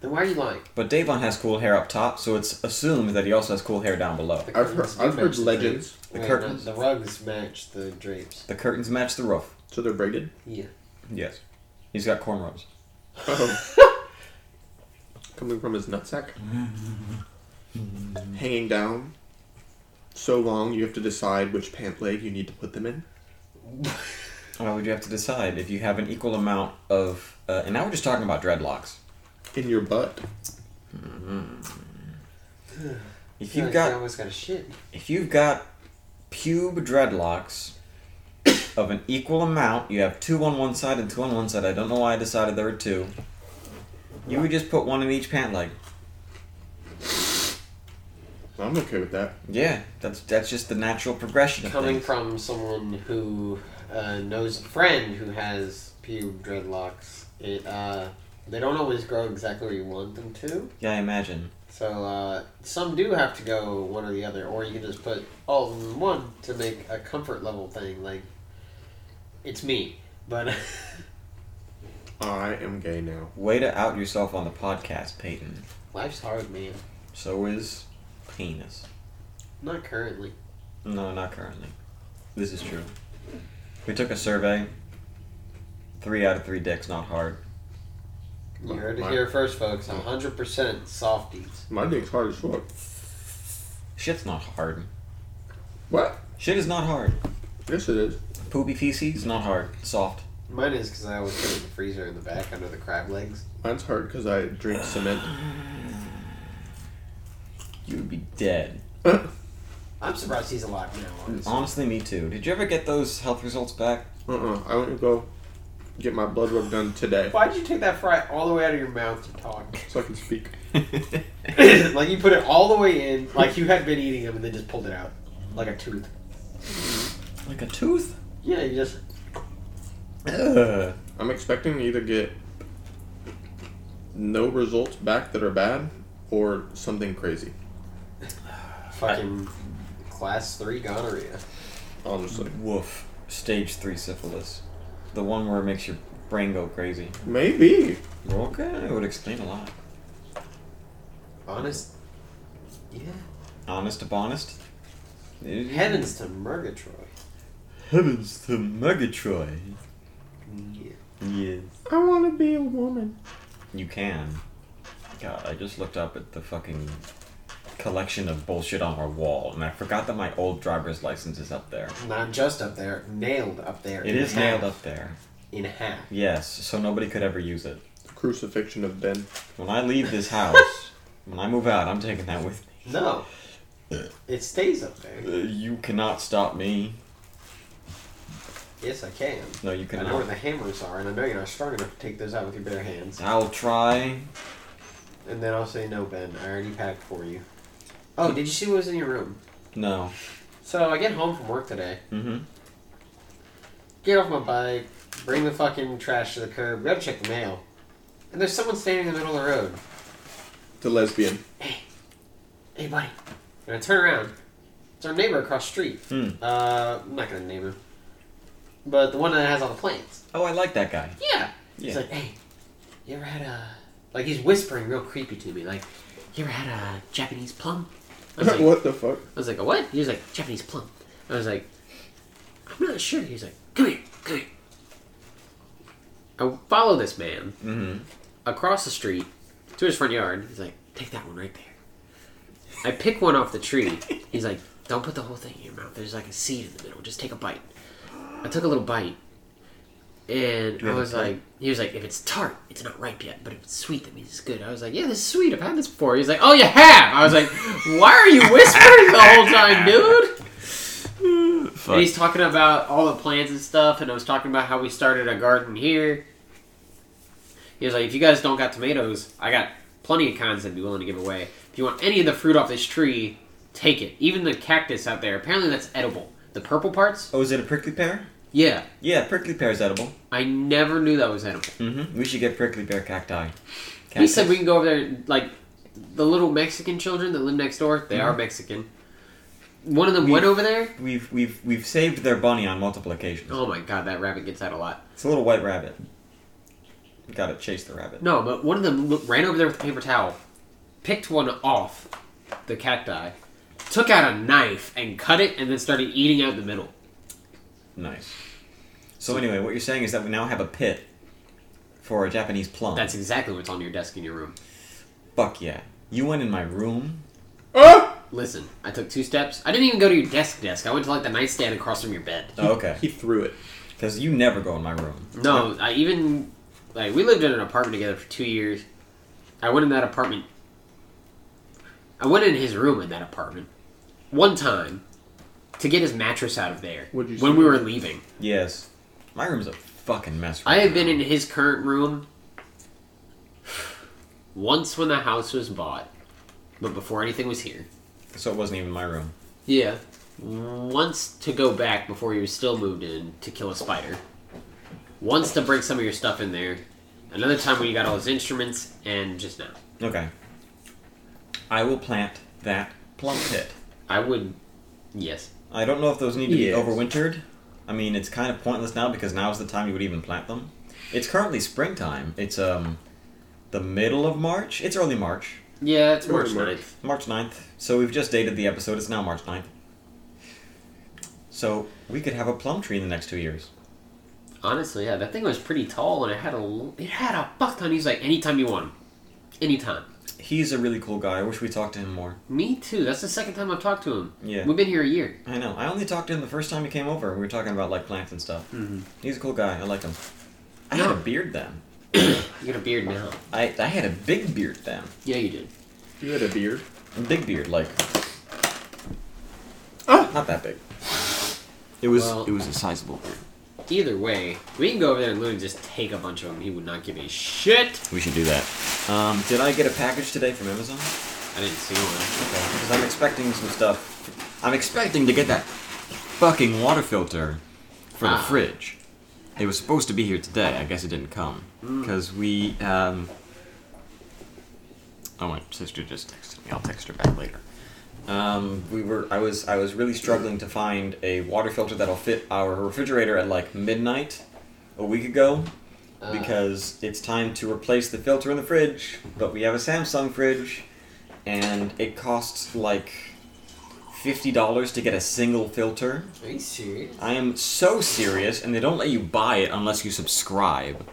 Speaker 2: Then why are you lying?
Speaker 1: But Davon has cool hair up top, so it's assumed that he also has cool hair down below.
Speaker 2: The
Speaker 3: I've heard,
Speaker 2: curtains do
Speaker 3: I've
Speaker 2: match
Speaker 3: heard
Speaker 2: the
Speaker 3: legends,
Speaker 2: drapes.
Speaker 1: The
Speaker 2: Wait,
Speaker 1: curtains.
Speaker 2: The, the rugs match the drapes.
Speaker 1: The curtains match the roof.
Speaker 3: so they're [laughs] braided.
Speaker 2: Yeah.
Speaker 1: Yes. He's got cornrows.
Speaker 3: Oh. Coming from his [laughs] nutsack, hanging down so long you have to decide which pant leg you need to put them in.
Speaker 1: Why would you have to decide if you have an equal amount of? Uh, and now we're just talking about dreadlocks.
Speaker 3: In your butt.
Speaker 1: If
Speaker 2: You
Speaker 1: you've got
Speaker 2: almost got a shit.
Speaker 1: if you've got pube dreadlocks of an equal amount, you have two on one side and two on one side. I don't know why I decided there were two. You would just put one in each pant leg.
Speaker 3: I'm okay with that.
Speaker 1: Yeah, that's that's just the natural progression. Of
Speaker 2: Coming
Speaker 1: things.
Speaker 2: from someone who uh, knows a friend who has pube dreadlocks, it uh, they don't always grow exactly where you want them to.
Speaker 1: Yeah, I imagine.
Speaker 2: So uh, some do have to go one or the other, or you can just put all of them in one to make a comfort level thing. Like it's me, but [laughs]
Speaker 3: I am gay now.
Speaker 1: Way to out yourself on the podcast, Peyton.
Speaker 2: life's hard, man.
Speaker 1: So is penis.
Speaker 2: Not currently.
Speaker 1: No, not currently. This is true. We took a survey. Three out of three dicks, not hard.
Speaker 2: You heard it
Speaker 3: My-
Speaker 2: here first, folks. 100% softies.
Speaker 3: My dick's hard as fuck.
Speaker 1: Shit's not hard.
Speaker 3: What?
Speaker 1: Shit is not hard.
Speaker 3: Yes, it is.
Speaker 1: Poopy feces is not hard. Soft.
Speaker 2: Mine is because I always put it in the freezer in the back under the crab legs.
Speaker 3: Mine's hard because I drink cement.
Speaker 1: You would be dead.
Speaker 2: I'm surprised he's alive now. honestly.
Speaker 1: Honestly, me too. Did you ever get those health results [laughs] back?
Speaker 3: Uh-uh. I went to go get my blood work done today
Speaker 2: [laughs] Why'd you take that fry all the way out of your mouth to [laughs] talk?
Speaker 3: so I can speak.
Speaker 2: like you put it all the way in, like you had been eating them and then just pulled it out. Like a tooth.
Speaker 1: like a tooth?
Speaker 2: Yeah, you just.
Speaker 1: Ugh.
Speaker 3: I'm expecting to either get no results back that are bad or something crazy,
Speaker 2: Fucking class three gonorrhea.
Speaker 3: honestly.
Speaker 1: Woof. Stage 3 syphilis. The one where it makes your brain go crazy.
Speaker 3: Maybe.
Speaker 1: Okay, it would explain a lot.
Speaker 2: Honest. Yeah.
Speaker 1: Honest to honest.
Speaker 2: Heavens to Murgatroyd.
Speaker 1: Heavens to Megatroy.
Speaker 2: Yeah.
Speaker 1: Yes.
Speaker 3: I want to be a woman.
Speaker 1: You can. God, I just looked up at the fucking collection of bullshit on our wall, and I forgot that my old driver's license is up there.
Speaker 2: Not just up there, nailed up there.
Speaker 1: It
Speaker 2: in
Speaker 1: is
Speaker 2: half.
Speaker 1: nailed up there.
Speaker 2: in half.
Speaker 1: Yes, so nobody could ever use it.
Speaker 3: Crucifixion of Ben.
Speaker 1: When I leave [laughs] this house, when I move out, I'm taking that with me.
Speaker 2: No. It stays up there.
Speaker 1: Uh, you cannot stop me.
Speaker 2: Yes, I can.
Speaker 1: No, you
Speaker 2: I know where
Speaker 1: cannot.
Speaker 2: the hammers are, and I know you're not strong enough to take those out with your bare hands.
Speaker 1: I'll try.
Speaker 2: And then I'll say, no, Ben, I already packed for you. Oh, did you see what was in your room?
Speaker 1: No.
Speaker 2: So I get home from work today,
Speaker 1: Mm-hmm.
Speaker 2: get off my bike, bring the fucking trash to the curb, go check the mail. And there's someone standing in the middle of the road.
Speaker 3: The lesbian.
Speaker 2: Hey, buddy. And I turn around. It's our neighbor across the street.
Speaker 1: Hmm.
Speaker 2: Uh, I'm not gonna name him. But the one that has all the plants.
Speaker 1: Oh, I like that guy.
Speaker 2: Yeah. He's
Speaker 1: Yeah.
Speaker 2: like, hey, you ever had a like he's whispering real creepy to me, like, you ever had a Japanese plum? I
Speaker 3: [laughs]
Speaker 2: was like,
Speaker 3: what the fuck?
Speaker 2: I was like, a what? He was like, Japanese plum. I was like, I'm not sure. He was like, come here, come here. I follow this man
Speaker 1: Mm-hmm.
Speaker 2: across the street to his front yard. He's like, take that one right there. I pick one off the tree. He's like, don't put the whole thing in your mouth. There's like a seed in the middle. Just take a bite. I took a little bite. And I
Speaker 1: have a
Speaker 2: was
Speaker 1: tart?
Speaker 2: like, he was like, if it's tart, it's not ripe yet. But if it's sweet, that means it's good. I was like, yeah, this is sweet. I've had this before. He's like, oh, you have. I was like, why are you whispering the whole
Speaker 1: [laughs]
Speaker 2: time, dude? And he's talking about all the plans and stuff, and I was talking about how we started a garden here. He was like, if you guys don't got tomatoes, I got plenty of kinds I'd be willing to give away. If you want any of the fruit off this tree, take it. Even the cactus out there, apparently that's edible. The purple parts?
Speaker 1: Oh, is it a prickly pear?
Speaker 2: Yeah.
Speaker 1: Yeah, prickly pear is edible.
Speaker 2: I never knew that was edible.
Speaker 1: Mm-hmm. We should get prickly pear cacti.
Speaker 2: He
Speaker 1: Cactus.
Speaker 2: said we can go over there, like, the little Mexican children that live next door, they are Mexican. One of them
Speaker 1: Mm-hmm. We-
Speaker 2: went over there.
Speaker 1: We've we've we've saved their bunny on multiple occasions.
Speaker 2: Oh my god, that rabbit gets that a lot.
Speaker 1: It's a little white rabbit. Got to chase the rabbit.
Speaker 2: No, but one of them lo- ran over there with a paper towel, picked one off the cacti, took out a knife and cut it, and then started eating out the middle.
Speaker 1: Nice. So anyway, what you're saying is that we now have a pit for a Japanese plum.
Speaker 2: That's exactly what's on your desk in your room.
Speaker 1: fuck yeah. You went in my room.
Speaker 3: Ah!
Speaker 2: Listen, I took two steps. I didn't even go to your desk desk. I went to like the nightstand across from your bed.
Speaker 1: Oh,
Speaker 2: [laughs]
Speaker 1: okay.
Speaker 3: He threw it.
Speaker 1: Because you never go in my room.
Speaker 2: No, I even like we lived in an apartment together for two years. I went in that apartment. I went in his room in that apartment one time to get his mattress out of there
Speaker 3: What'd you
Speaker 2: when
Speaker 3: see?
Speaker 2: we were leaving.
Speaker 1: Yes. My room's a fucking mess. Right
Speaker 2: I have been
Speaker 1: now.
Speaker 2: in his current room [sighs] once when the house was bought, but before anything was here.
Speaker 1: So it wasn't even my room.
Speaker 2: Yeah. Once to go back before you were still moved in to kill a spider. Once to break some of your stuff in there. Another time when you got all those instruments, and just now.
Speaker 1: Okay. I will plant that plum pit.
Speaker 2: I would. Yes.
Speaker 1: I don't know if those need to
Speaker 4: Yes.
Speaker 1: be overwintered. I mean, it's kind of pointless now because now's the time you would even plant them. It's currently springtime. It's um the middle of March. It's early March.
Speaker 2: Yeah, it's March
Speaker 3: Pretty much.
Speaker 2: 9th.
Speaker 1: March 9th. So we've just dated the episode. It's now March 9th. So we could have a plum tree in the next 2 years.
Speaker 2: Honestly, yeah, that thing was pretty tall, and it had a l- it had a fuck ton. He's like, anytime you want him, anytime.
Speaker 1: He's a really cool guy. I wish we talked to him more.
Speaker 2: Me too. That's the second time I've talked to him.
Speaker 1: Yeah.
Speaker 2: We've been here a year.
Speaker 1: I know. I only talked to him the first time he came over. We were talking about like plants and stuff. Mm-hmm. He's a cool guy. I like him. I had a beard then.
Speaker 2: You got a beard now.
Speaker 1: I, I had a big beard then.
Speaker 2: Yeah, you did.
Speaker 3: You had a beard.
Speaker 1: A big beard, like
Speaker 3: Ah!
Speaker 1: not that big. It was
Speaker 2: Well-
Speaker 1: it was a sizable beard.
Speaker 2: Either way, we can go over there and literally just take a bunch of them. He would not give a shit.
Speaker 1: We should do that. Um, did I get a package today from Amazon?
Speaker 2: I didn't see one.
Speaker 1: Because I'm expecting some stuff. I'm expecting to get that fucking water filter for the
Speaker 2: Ah.
Speaker 1: fridge. It was supposed to be here today. I guess it didn't come because we. Um, oh, my sister just texted me. I'll text her back later. Um, we were. I was. I was really struggling to find a water filter that'll fit our refrigerator at like midnight a week ago because it's time to replace the filter in the fridge, but we have a Samsung fridge, and it costs like fifty dollars to get a single filter.
Speaker 2: Are you serious?
Speaker 1: I am so serious, and they don't let you buy it unless you subscribe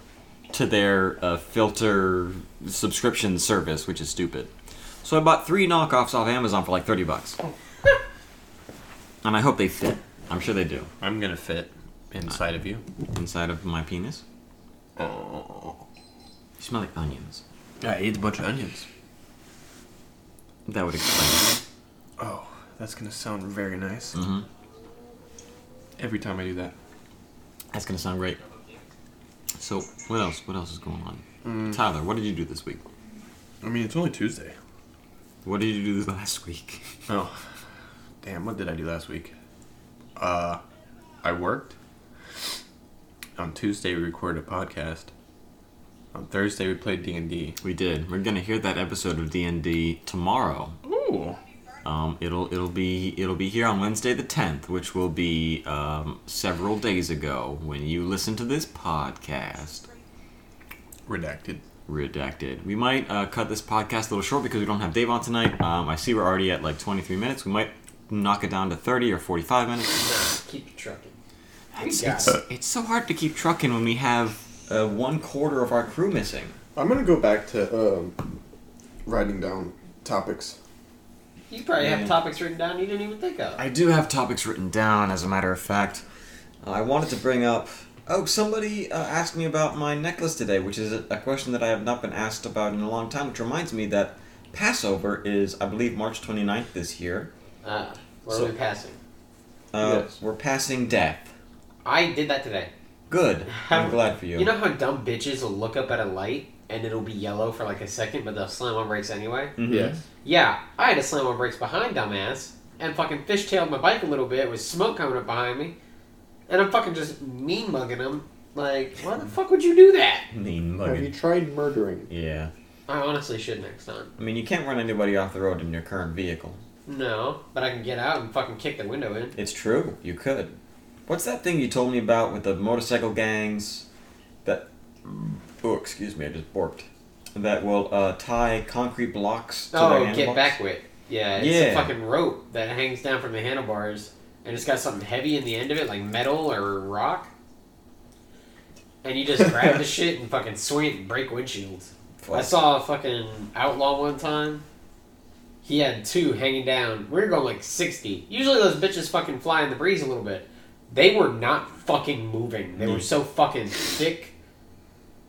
Speaker 1: to their uh, filter subscription service, which is stupid. So I bought three knockoffs off Amazon for like thirty bucks, [laughs] and I hope they fit. I'm sure they do
Speaker 7: I'm gonna fit inside of you.
Speaker 1: inside of my penis.
Speaker 7: Oh.
Speaker 1: You smell like onions.
Speaker 7: I ate a bunch of onions.
Speaker 1: That would explain. it.
Speaker 7: Oh, that's gonna sound very nice.
Speaker 1: Mhm.
Speaker 7: Every time I do that.
Speaker 1: That's gonna sound great. So what else? What else is going on? Tyler, what did you do this week?
Speaker 7: I mean, it's only Tuesday.
Speaker 1: What did you do this [laughs] last week?
Speaker 7: Oh, damn! What did I do last week? Uh, I worked. On Tuesday, we recorded a podcast. On Thursday, we played D and D.
Speaker 1: We did. We're gonna hear that episode of D and D tomorrow.
Speaker 7: Ooh.
Speaker 1: Um, it'll it'll be it'll be here on Wednesday the tenth, which will be um, several days ago when you listen to this podcast.
Speaker 7: Redacted.
Speaker 1: Redacted. We might uh, cut this podcast a little short because we don't have Dave on tonight. Um, I see we're already at like twenty three minutes. We might knock it down to thirty or forty five minutes.
Speaker 2: Keep trucking.
Speaker 1: It's,
Speaker 2: got
Speaker 1: it's, it's so hard to keep trucking when we have uh, one quarter of our crew missing.
Speaker 3: I'm gonna go back to um, writing down topics.
Speaker 2: You probably
Speaker 1: Yeah.
Speaker 2: have topics written down you didn't even think of.
Speaker 1: I do have topics written down, as a matter of fact. Uh, I wanted to bring up. Oh, somebody uh, asked me about my necklace today, which is a, a question that I have not been asked about in a long time, which reminds me that Passover is, I believe, March 29th this year.
Speaker 2: Ah, where
Speaker 1: So-
Speaker 2: are we passing?
Speaker 1: Uh,
Speaker 3: Yes.
Speaker 1: We're passing death.
Speaker 2: I did that today.
Speaker 1: Good. I'm glad for you.
Speaker 2: You know how dumb bitches will look up at a light and it'll be yellow for like a second, but they'll slam on brakes anyway?
Speaker 1: Mhm.
Speaker 3: Yes.
Speaker 2: Yeah, I had to slam on brakes behind dumbass and fucking fishtailed my bike a little bit with smoke coming up behind me. And I'm fucking just mean mugging them. Like, why the fuck would you do that?
Speaker 1: Mean
Speaker 3: Have you
Speaker 1: mugging.
Speaker 3: tried murdering?
Speaker 1: Yeah.
Speaker 2: I honestly should next time.
Speaker 1: I mean, you can't run anybody off the road in your current vehicle.
Speaker 2: No, but I can get out and fucking kick the window in.
Speaker 1: It's true. You could. What's that thing you told me about with the motorcycle gangs? That. Oh, excuse me, I just borked. That will uh, tie concrete blocks to their
Speaker 2: Oh,
Speaker 1: handlebars.
Speaker 2: get back with. Yeah, it's
Speaker 1: Yeah.
Speaker 2: a fucking rope that hangs down from the handlebars, and it's got something heavy in the end of it, like metal or rock. And you just
Speaker 1: [laughs]
Speaker 2: grab the shit and fucking swing it and break windshields.
Speaker 1: Fuck.
Speaker 2: I saw a fucking outlaw one time. He had two hanging down. We were going like 60. Usually those bitches fucking fly in the breeze a little bit. They were not fucking moving. They were
Speaker 1: Mm.
Speaker 2: so fucking thick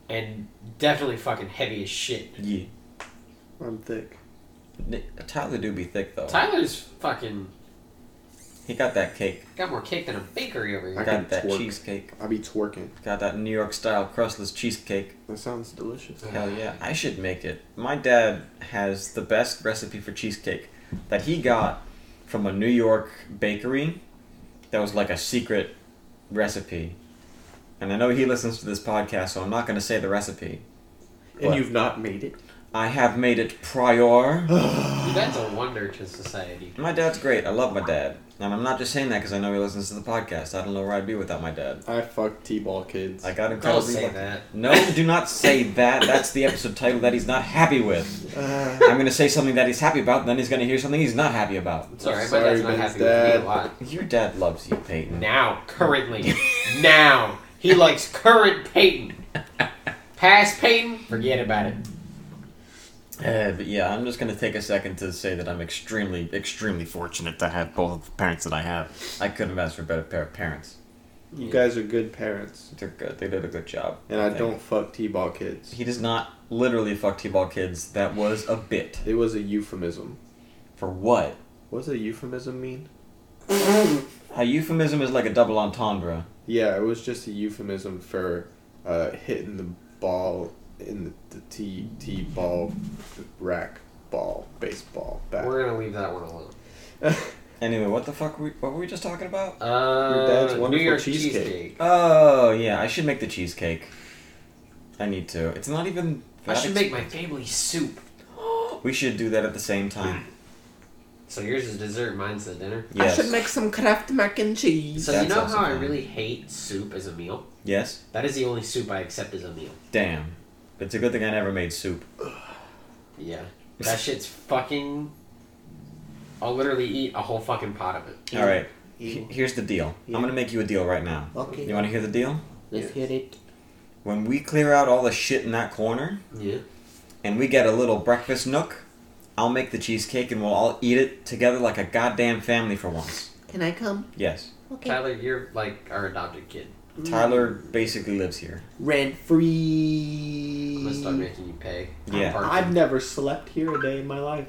Speaker 2: and definitely fucking heavy as shit.
Speaker 1: Yeah.
Speaker 3: I'm thick.
Speaker 1: N- Tyler do be thick though.
Speaker 2: Tyler's fucking
Speaker 1: he got that cake.
Speaker 2: got more cake than a bakery over
Speaker 1: [laughs]
Speaker 3: I
Speaker 2: here.
Speaker 3: can
Speaker 1: Got that
Speaker 3: twerk.
Speaker 1: cheesecake.
Speaker 3: I be twerking.
Speaker 1: Got that New York style crustless cheesecake.
Speaker 3: That sounds delicious.
Speaker 1: Hell yeah, I should make it. My dad has the best recipe for cheesecake. that he got from a New York bakery that was like a secret recipe. And I know he listens to this podcast, so I'm not going to say the recipe.
Speaker 8: And you've not made it.
Speaker 1: I have made it prior.
Speaker 2: Your dad's a wonder to society.
Speaker 1: My dad's great. I love my dad. And I'm not just saying that because I know he listens to the podcast. I don't know where I'd be without my dad.
Speaker 3: I fuck T-ball kids.
Speaker 1: I got incredibly
Speaker 2: Don't say
Speaker 1: lucky.
Speaker 2: that.
Speaker 1: No, do not say that. That's the episode title that he's not happy with. I'm going to say something that he's happy about, and then he's going to hear something he's not happy about.
Speaker 2: It's alright, my
Speaker 3: Sorry,
Speaker 2: dad's not
Speaker 3: Ben's
Speaker 2: happy with
Speaker 3: dad.
Speaker 2: me a lot.
Speaker 1: Your dad loves you, Peyton.
Speaker 2: Now, currently, now. He likes current Peyton. Past Peyton, forget about it.
Speaker 1: Uh, but yeah, I'm just going to take a second to say that I'm extremely, extremely fortunate to have both of the parents that I have. I couldn't have asked for a better pair of parents.
Speaker 3: You guys are good parents,
Speaker 1: They're good. They did a good job.
Speaker 3: and I
Speaker 1: think.
Speaker 3: don't fuck T-ball kids.
Speaker 1: He does not literally fuck T-ball kids. That was a bit.
Speaker 3: It was a euphemism.
Speaker 1: For what?
Speaker 3: What does a euphemism mean?
Speaker 1: A euphemism is like a double entendre.
Speaker 3: Yeah, it was just a euphemism for uh, hitting the ball in the, the T T ball rack ball baseball bat. [laughs]
Speaker 2: We're gonna leave that one alone.
Speaker 1: Anyway, what the fuck? Were we, what were we just talking about?
Speaker 2: Uh,
Speaker 3: dad's wonderful
Speaker 2: New York
Speaker 3: cheesecake.
Speaker 1: Oh yeah, I should make the cheesecake. I need to. It's not even.
Speaker 2: I
Speaker 1: that
Speaker 2: should
Speaker 1: ex-
Speaker 2: make my family soup.
Speaker 1: We should do that at the same time.
Speaker 2: So yours is dessert, mine's the dinner.
Speaker 1: Yes.
Speaker 8: some Kraft mac and cheese.
Speaker 2: So
Speaker 1: That's
Speaker 2: you know
Speaker 1: also
Speaker 2: how I
Speaker 1: fine.
Speaker 2: really hate soup as a meal?
Speaker 1: yes.
Speaker 2: That is the only soup I accept as a meal.
Speaker 1: Damn. It's a good thing I never made soup.
Speaker 2: Yeah. That shit's fucking. I'll literally eat a whole fucking pot of it.
Speaker 1: All right. he- Here's the deal. I'm gonna make you a deal right now.
Speaker 9: Okay.
Speaker 1: You want to hear the deal?
Speaker 9: Let's hear it.
Speaker 1: When we clear out all the shit in that corner,
Speaker 2: Yeah.
Speaker 1: and we get a little breakfast nook, I'll make the cheesecake and we'll all eat it together like a goddamn family for once.
Speaker 9: Can I come?
Speaker 1: Yes.
Speaker 9: Okay.
Speaker 2: Tyler, you're like our adopted kid.
Speaker 1: Tyler basically lives here.
Speaker 9: Rent
Speaker 2: I'm gonna start
Speaker 9: free.
Speaker 2: making you pay.
Speaker 1: Yeah.
Speaker 2: Parking.
Speaker 3: E- I've never slept here a day in my life.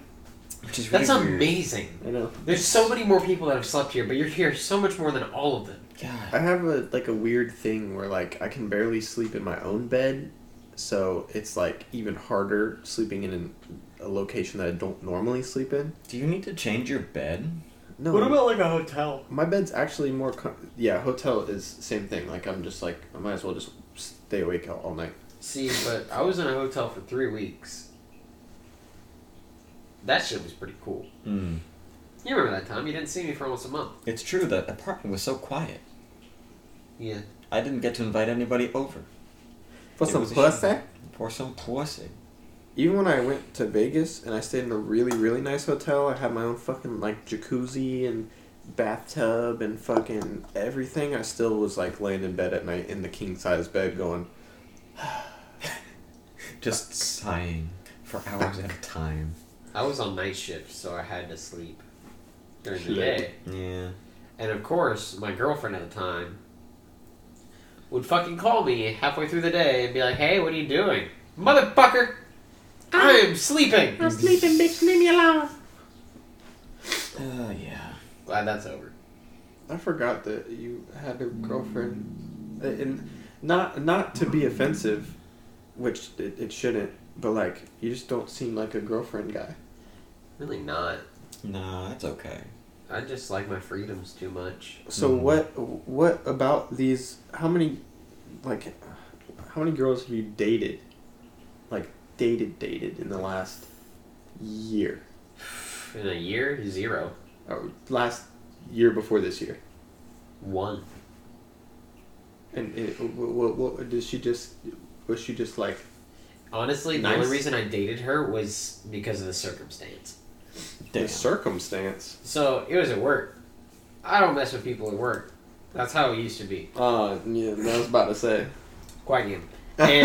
Speaker 1: Which is really
Speaker 2: That's
Speaker 1: weird.
Speaker 2: amazing.
Speaker 3: I know.
Speaker 2: There's so many more people that have slept here, but you're here so much more than all of them.
Speaker 1: God.
Speaker 3: I have a like a weird thing where like I can barely sleep in my own bed, so it's like even harder sleeping in an, a location that I don't normally sleep in.
Speaker 1: Do you need to change your bed?
Speaker 3: No.
Speaker 10: What about like a hotel?
Speaker 3: my bed's actually more com- yeah, hotel is same thing. Like I'm just like I might as well just stay awake all, all night.
Speaker 2: See, but I was in a hotel for three weeks. That shit was pretty cool.
Speaker 1: Mm.
Speaker 2: You remember that time? You didn't see me for almost a month.
Speaker 1: It's true, the apartment was so quiet.
Speaker 2: Yeah.
Speaker 1: I didn't get to invite anybody over
Speaker 3: For
Speaker 1: It
Speaker 3: some
Speaker 1: was a
Speaker 3: pussy.
Speaker 1: shame. for some pussy.
Speaker 3: Even when I went to Vegas and I stayed in a really really nice hotel, I had my own fucking like jacuzzi and bathtub and fucking everything. I still was like laying in bed at night in the king size bed going
Speaker 1: Just sighing for hours at a time.
Speaker 2: I was on night shift, so I had to sleep during the
Speaker 3: Shit.
Speaker 2: day.
Speaker 1: Yeah.
Speaker 2: And of course, my girlfriend at the time would fucking call me halfway through the day and be like, hey, what are you doing? Motherfucker! I am sleeping!
Speaker 9: I'm sleeping, bitch. Leave me alone.
Speaker 1: Uh, yeah.
Speaker 2: Glad that's over.
Speaker 3: I forgot that you had a girlfriend, and not not to be offensive, which it, it shouldn't, but like you just don't seem like a girlfriend guy.
Speaker 2: Really not.
Speaker 1: No, that's okay.
Speaker 2: I just like my freedoms too much.
Speaker 3: So what what about these? How many, like, how many girls have you dated, like dated dated in the last year,
Speaker 2: In a year, zero.
Speaker 3: or last year before this year?
Speaker 2: One.
Speaker 3: And it, what, what, what did she just? Was she just like
Speaker 2: Honestly, the
Speaker 3: Nice.
Speaker 2: only reason I dated her was because of the circumstance.
Speaker 1: Damn.
Speaker 3: the circumstance?
Speaker 2: So it was at work. I don't mess with people at work. That's how it used to be.
Speaker 3: Uh, yeah, I was about to say.
Speaker 2: Quite new.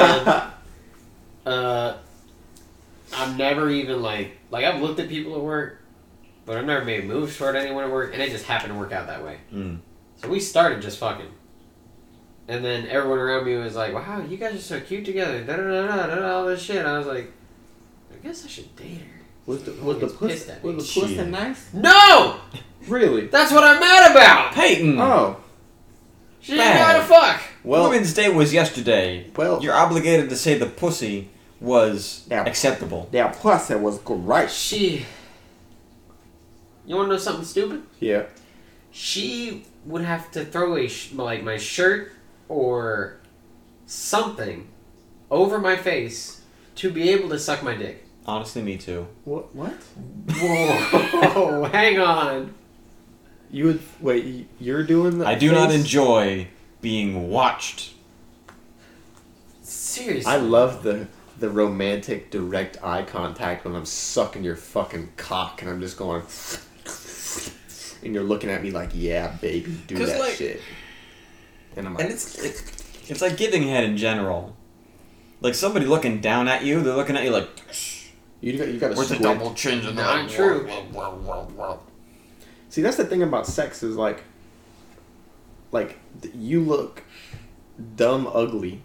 Speaker 3: [laughs]
Speaker 2: And uh, I've never even like like I've looked at people at work, but I've never made moves toward anyone at work, and it just happened to work out that way.
Speaker 1: Mm.
Speaker 2: So we started just fucking. And then everyone around me was like, wow, you guys are so cute together. Da da da da da da, all this shit. I was like, I guess I should date her.
Speaker 3: Was the was the
Speaker 2: He's pissed
Speaker 3: pussy
Speaker 2: at me.
Speaker 3: was the pussy
Speaker 1: Shit.
Speaker 3: nice?
Speaker 2: No!
Speaker 3: Really?
Speaker 2: That's what I'm mad about!
Speaker 1: Peyton!
Speaker 3: Oh
Speaker 2: She didn't know
Speaker 1: Bad.
Speaker 2: how to fuck!
Speaker 3: well,
Speaker 1: Women's Day was yesterday.
Speaker 3: well.
Speaker 1: You're obligated to say the pussy was
Speaker 3: Yeah.
Speaker 1: acceptable.
Speaker 3: That pussy was great.
Speaker 2: She You want to know something stupid?
Speaker 3: Yeah.
Speaker 2: She would have to throw a sh- like my shirt or something over my face to be able to suck my dick.
Speaker 1: Honestly, me too.
Speaker 3: What? What?
Speaker 2: Whoa! [laughs] hang on.
Speaker 3: You would wait. y- You're doing the.
Speaker 1: I do not
Speaker 3: face?
Speaker 1: enjoy being watched.
Speaker 2: Seriously.
Speaker 3: I love the the romantic direct eye contact when I'm sucking your fucking cock and I'm just going. And you're looking at me like, yeah, baby, do
Speaker 1: 'Cause,
Speaker 3: that
Speaker 1: like-
Speaker 3: shit. And I'm like,
Speaker 1: And it's it, it's like giving head in general. Like somebody looking down at you, they're looking at you like,
Speaker 3: you got, you got to
Speaker 1: "Where's the
Speaker 3: squint.
Speaker 1: double chin?" in
Speaker 2: Not
Speaker 1: the
Speaker 2: true.
Speaker 3: See, that's the thing about sex is like, like th- you look dumb
Speaker 2: [laughs]
Speaker 3: ugly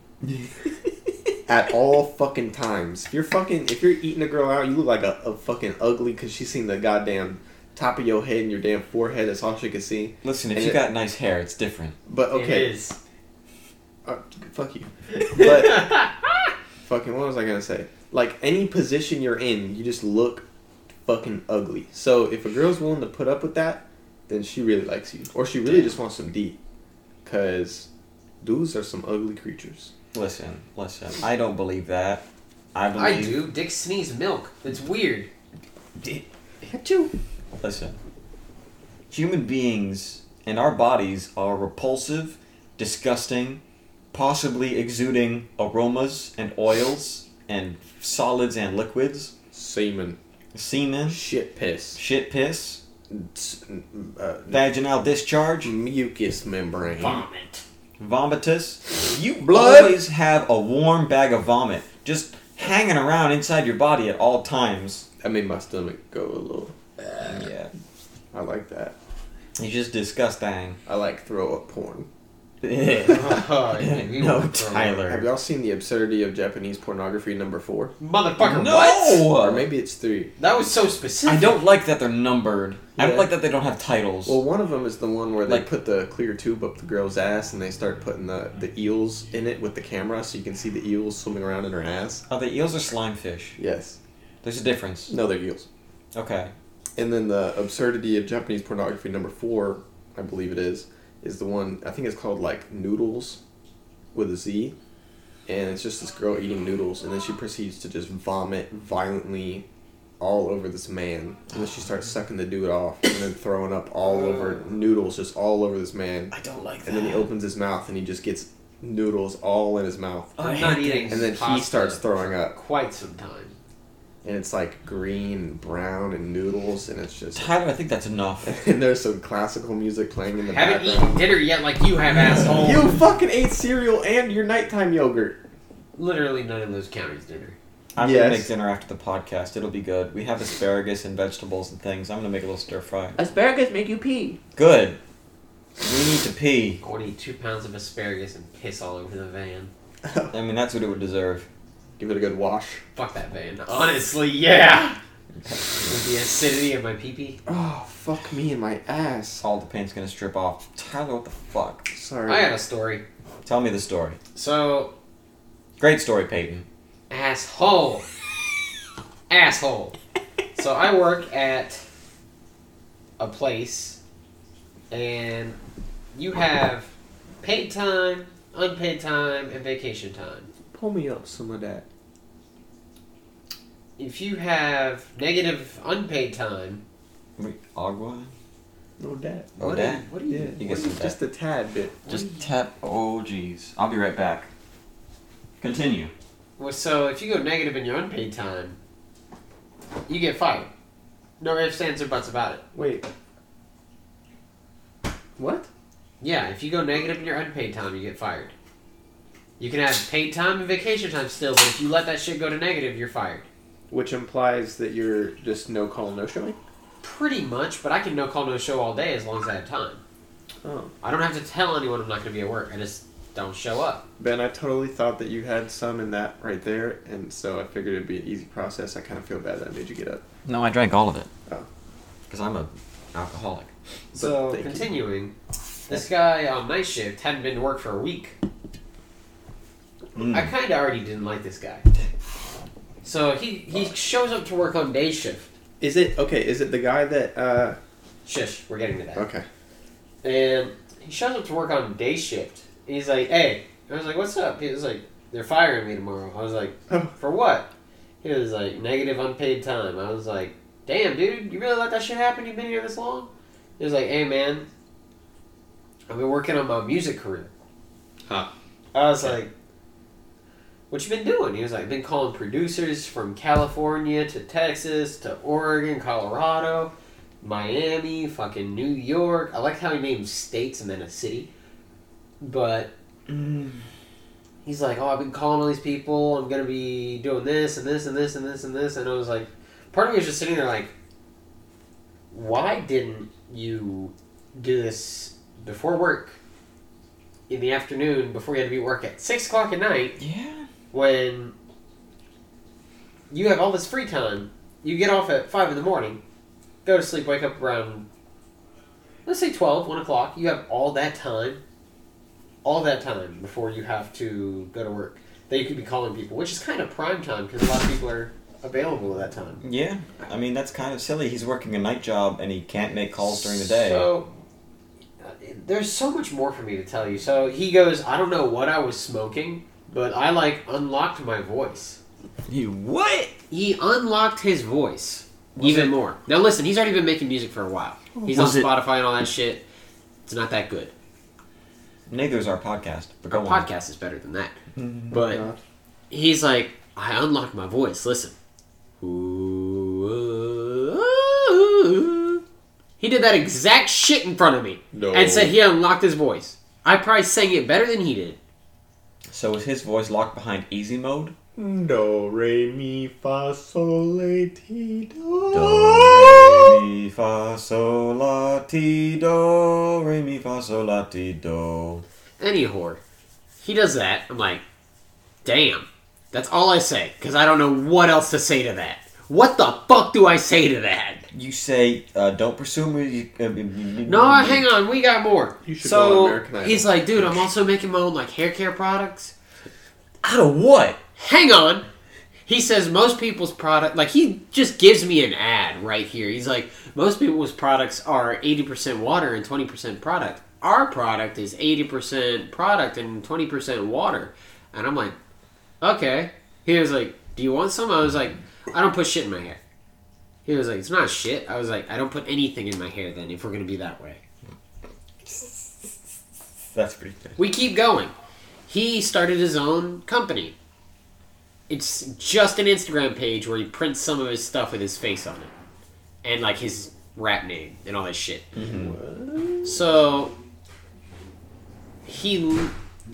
Speaker 3: at all fucking times. If you're fucking, if you're eating a girl out, you look like a, a fucking ugly because she's seen the goddamn top of your head and your damn forehead. That's all she can see.
Speaker 1: Listen, if
Speaker 3: And
Speaker 1: you
Speaker 3: it-
Speaker 1: got nice hair, it's different.
Speaker 3: But okay,
Speaker 2: It is.
Speaker 3: uh, fuck you. But fucking, what was I gonna say? Like any position you're in, you just look fucking ugly. So if a girl's willing to put up with that, then she really likes you, or she really just wants some D, because dudes are some ugly creatures.
Speaker 1: Listen, listen. I don't believe that. I believe.
Speaker 2: [laughs] I do. Dick sneeze milk. It's weird.
Speaker 1: Listen, human beings and our bodies are repulsive, disgusting, possibly exuding aromas and oils and solids and liquids,
Speaker 3: Semen,
Speaker 1: semen,
Speaker 3: shit, piss,
Speaker 1: shit piss,
Speaker 3: s- n- uh,
Speaker 1: vaginal discharge,
Speaker 3: mucus membrane.
Speaker 2: Vomit.
Speaker 1: vomitus. You
Speaker 3: Blood.
Speaker 1: always have a warm bag of vomit just hanging around inside your body at all times.
Speaker 3: That made my stomach go a little.
Speaker 1: Yeah,
Speaker 3: I like that.
Speaker 1: it's just
Speaker 3: [laughs]
Speaker 1: disgusting.
Speaker 3: I like throw up porn.
Speaker 2: [laughs] Oh,
Speaker 3: [laughs]
Speaker 2: yeah,
Speaker 1: [laughs]
Speaker 2: we
Speaker 1: no,
Speaker 2: won't throw it.
Speaker 3: Have
Speaker 1: Tyler.
Speaker 3: y'all seen the absurdity of Japanese pornography number four?
Speaker 2: Motherfucker,
Speaker 1: No!
Speaker 2: what?
Speaker 3: Or maybe it's three.
Speaker 2: That was so specific.
Speaker 1: I don't like that they're numbered. I don't
Speaker 3: Yeah.
Speaker 1: like that they don't have titles.
Speaker 3: Well, one of them is the one where they
Speaker 1: Like-
Speaker 3: put the clear tube up the girl's ass and they start putting the, the eels in it with the camera so you can see the eels swimming around in her ass.
Speaker 1: Are they Oh, eels or slime fish?
Speaker 3: Yes.
Speaker 1: There's a difference.
Speaker 3: No, they're eels.
Speaker 1: Okay.
Speaker 3: And then the absurdity of Japanese pornography number four, I believe it is, is the one, I think it's called like Noodles with a Z. And it's just this girl eating noodles and then she proceeds to just vomit violently all over this man. And then she starts sucking the dude off and then throwing up all over noodles, just all over this man.
Speaker 1: I don't like
Speaker 3: and then he opens his mouth and he just gets noodles all in his mouth
Speaker 1: Oh,
Speaker 2: I'm not eating.
Speaker 3: and then he
Speaker 2: pasta
Speaker 3: starts throwing
Speaker 2: for
Speaker 3: up
Speaker 2: quite some time.
Speaker 3: and it's like green and brown and noodles and it's just [laughs]
Speaker 1: Tyler, I think that's enough.
Speaker 3: and there's some classical music playing in the
Speaker 2: Haven't
Speaker 3: background
Speaker 2: eaten dinner yet, like you have, asshole.
Speaker 3: you fucking ate cereal and your nighttime yogurt [laughs]
Speaker 2: Literally none of those counties dinner.
Speaker 1: I'm
Speaker 3: Yes.
Speaker 1: gonna make dinner after the podcast. It'll be good. We have asparagus and vegetables and things. I'm gonna make a little stir fry.
Speaker 2: Asparagus make you pee.
Speaker 1: Good. We need to pee.
Speaker 2: I want to eat two pounds of asparagus and piss all over the van.
Speaker 1: I mean, that's what it would deserve.
Speaker 3: give it a good wash
Speaker 2: Fuck that van. Honestly, yeah. With the acidity of my pee pee.
Speaker 3: oh fuck me in my ass
Speaker 1: All the paint's gonna strip off. Tyler, what the fuck?
Speaker 3: sorry
Speaker 2: I got a story.
Speaker 1: Tell me the story.
Speaker 2: So,
Speaker 1: Great story, Peyton.
Speaker 2: asshole. asshole. So I work at a place, and you have paid time, unpaid time, and vacation time.
Speaker 3: pull me up some of that
Speaker 2: If you have negative unpaid time,
Speaker 1: Wait, agua?
Speaker 3: no that
Speaker 1: Oh,
Speaker 2: what,
Speaker 1: that?
Speaker 2: Are, what are you?
Speaker 3: yeah
Speaker 1: You
Speaker 3: what
Speaker 1: get
Speaker 3: do
Speaker 1: some
Speaker 3: you-
Speaker 1: of
Speaker 3: just a tad bit
Speaker 1: Just tap. Oh, jeez. I'll be right back. Continue.
Speaker 2: Well, so if you go negative in your unpaid time, you get fired. No ifs, ands, or buts about it.
Speaker 3: wait what
Speaker 2: Yeah, if you go negative in your unpaid time, you get fired. You can have paid time and vacation time still, but if you let that shit go to negative, you're fired.
Speaker 3: which implies that you're just no call no showing
Speaker 2: Pretty much, but I can no call no show all day as long as I have time.
Speaker 3: oh
Speaker 2: I don't have to tell anyone I'm not going to be at work. I just don't show up.
Speaker 3: Ben, I totally thought that you had some in that right there, and so I figured it'd be an easy process. I kind of feel bad that I made you get up.
Speaker 1: No, I drank all of it.
Speaker 3: Oh.
Speaker 1: Because I'm a alcoholic.
Speaker 2: So
Speaker 3: thank you.
Speaker 2: continuing, this guy on night shift hadn't been to work for a week.
Speaker 3: Mm.
Speaker 2: I kind of already didn't like this guy. So he he shows up to work on day shift.
Speaker 3: Is it okay? Is it the guy that uh,
Speaker 2: Shush, we're getting to that.
Speaker 3: Okay.
Speaker 2: And he shows up to work on day shift. He's like, hey. I was like, what's up? He was like, they're firing me tomorrow. I was like,
Speaker 3: Oh.
Speaker 2: for what? He was like, negative unpaid time. I was like, damn, dude, you really let that shit happen? You've been here this long? He was like, hey, man, I've been working on my music career.
Speaker 4: Huh.
Speaker 2: I was like, what you been doing? He was like, been calling producers from California to Texas to Oregon, Colorado. Miami, fucking New York. I like how he names states and then a city. But
Speaker 1: Mm,
Speaker 2: he's like, oh, I've been calling all these people. I'm gonna be doing this and this and this and this and this. And I was like, part of me was just sitting there like, why didn't you do this before work in the afternoon before you had to be at work at six o'clock at night?
Speaker 1: Yeah.
Speaker 2: when you have all this free time, you get off at five in the morning, go to sleep, wake up around let's say 12, 1 o'clock. You have all that time, all that time before you have to go to work that you could be calling people, which is kind of prime time because a lot of people are available at that time.
Speaker 1: Yeah. I mean, that's kind of silly. He's working a night job and he can't make calls during the day.
Speaker 2: So uh, there's so much more for me to tell you. So he goes, I don't know what I was smoking, but I like unlocked my voice.
Speaker 1: He what?
Speaker 2: He unlocked his voice even
Speaker 4: it-
Speaker 2: more. Now listen, he's already been making music for a while. He's
Speaker 1: Was
Speaker 2: on
Speaker 1: it-
Speaker 2: Spotify and all that shit. It's not that good.
Speaker 1: Neither is our podcast. But
Speaker 2: Our
Speaker 1: go on.
Speaker 2: podcast is better than that. But
Speaker 3: God.
Speaker 2: he's like, I unlocked my voice. Listen. Ooh. He did that exact shit in front of me
Speaker 7: No.
Speaker 2: and said he unlocked his voice. I probably sang it better than he did.
Speaker 1: So was his voice locked behind easy mode?
Speaker 7: Do re mi fa sol la ti do.
Speaker 1: Do re mi fa sol la ti do re mi fa sol la ti do.
Speaker 2: Any whore. He does that. I'm like, damn. That's all I say, because I don't know what else to say to that. What the fuck do I say to that?
Speaker 1: You say uh, don't pursue me. uh, No,
Speaker 2: No, hang on, we got more.
Speaker 3: You should go on
Speaker 2: so
Speaker 3: American Idol.
Speaker 2: he's like, dude, I'm also making my own like hair care products.
Speaker 1: Out of what?
Speaker 2: Hang on. He says most people's product like he just gives me an ad right here. He's like, most people's products are eighty percent water and twenty percent product. Our product is eighty percent product and twenty percent water. And I'm like, okay. He was like, Do you want some? I was like, I don't put shit in my hair. He was like, It's not shit. I was like, I don't put anything in my hair then if we're gonna be that way.
Speaker 1: That's pretty good.
Speaker 2: We keep going. He started his own company. It's just an Instagram page where he prints some of his stuff with his face on it. And like his rap name and all that shit. So he l-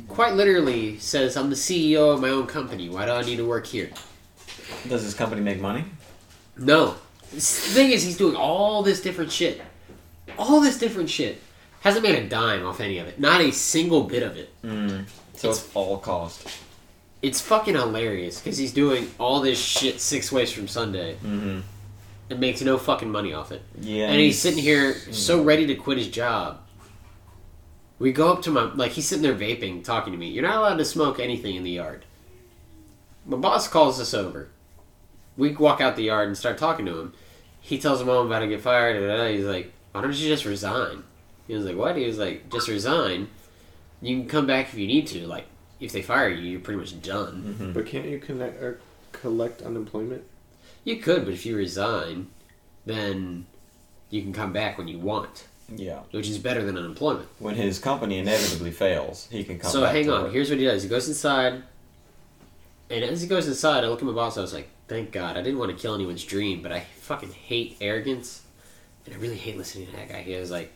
Speaker 2: quite literally says, I'm the CEO of my own company. Why do I need to work here?
Speaker 1: Does this company make money?
Speaker 2: No. The thing is, he's doing all this different shit. All this different shit. Hasn't made a dime off any of it. Not a single bit of it.
Speaker 1: Mm. So it's all cost.
Speaker 2: it's fucking hilarious because he's doing all this shit six ways from Sunday
Speaker 1: Mhm.
Speaker 2: and makes no fucking money off it.
Speaker 1: Yeah. Mm,
Speaker 2: and he's sitting here so ready to quit his job. We go up to my like he's sitting there vaping, talking to me. You're not allowed to smoke anything in the yard. My boss calls us over. We walk out the yard and start talking to him. He tells him, "Oh, I'm about to get fired." And uh, he's like, "Why don't you just resign?" He was like, "What?" He was like, "Just resign. You can come back if you need to. Like, if they fire you, you're pretty much done."
Speaker 3: But can't you connect or collect unemployment?
Speaker 2: You could, but if you resign, then you can come back when you want,
Speaker 1: Yeah.
Speaker 2: which is better than unemployment.
Speaker 1: When his company inevitably fails, he can come.
Speaker 2: so
Speaker 1: back
Speaker 2: hang
Speaker 1: to
Speaker 2: on.
Speaker 1: work.
Speaker 2: Here's what he does. He goes inside, and as he goes inside, I look at my boss. I was like, "Thank God, I didn't want to kill anyone's dream, but I fucking hate arrogance, and I really hate listening to that guy." He was like,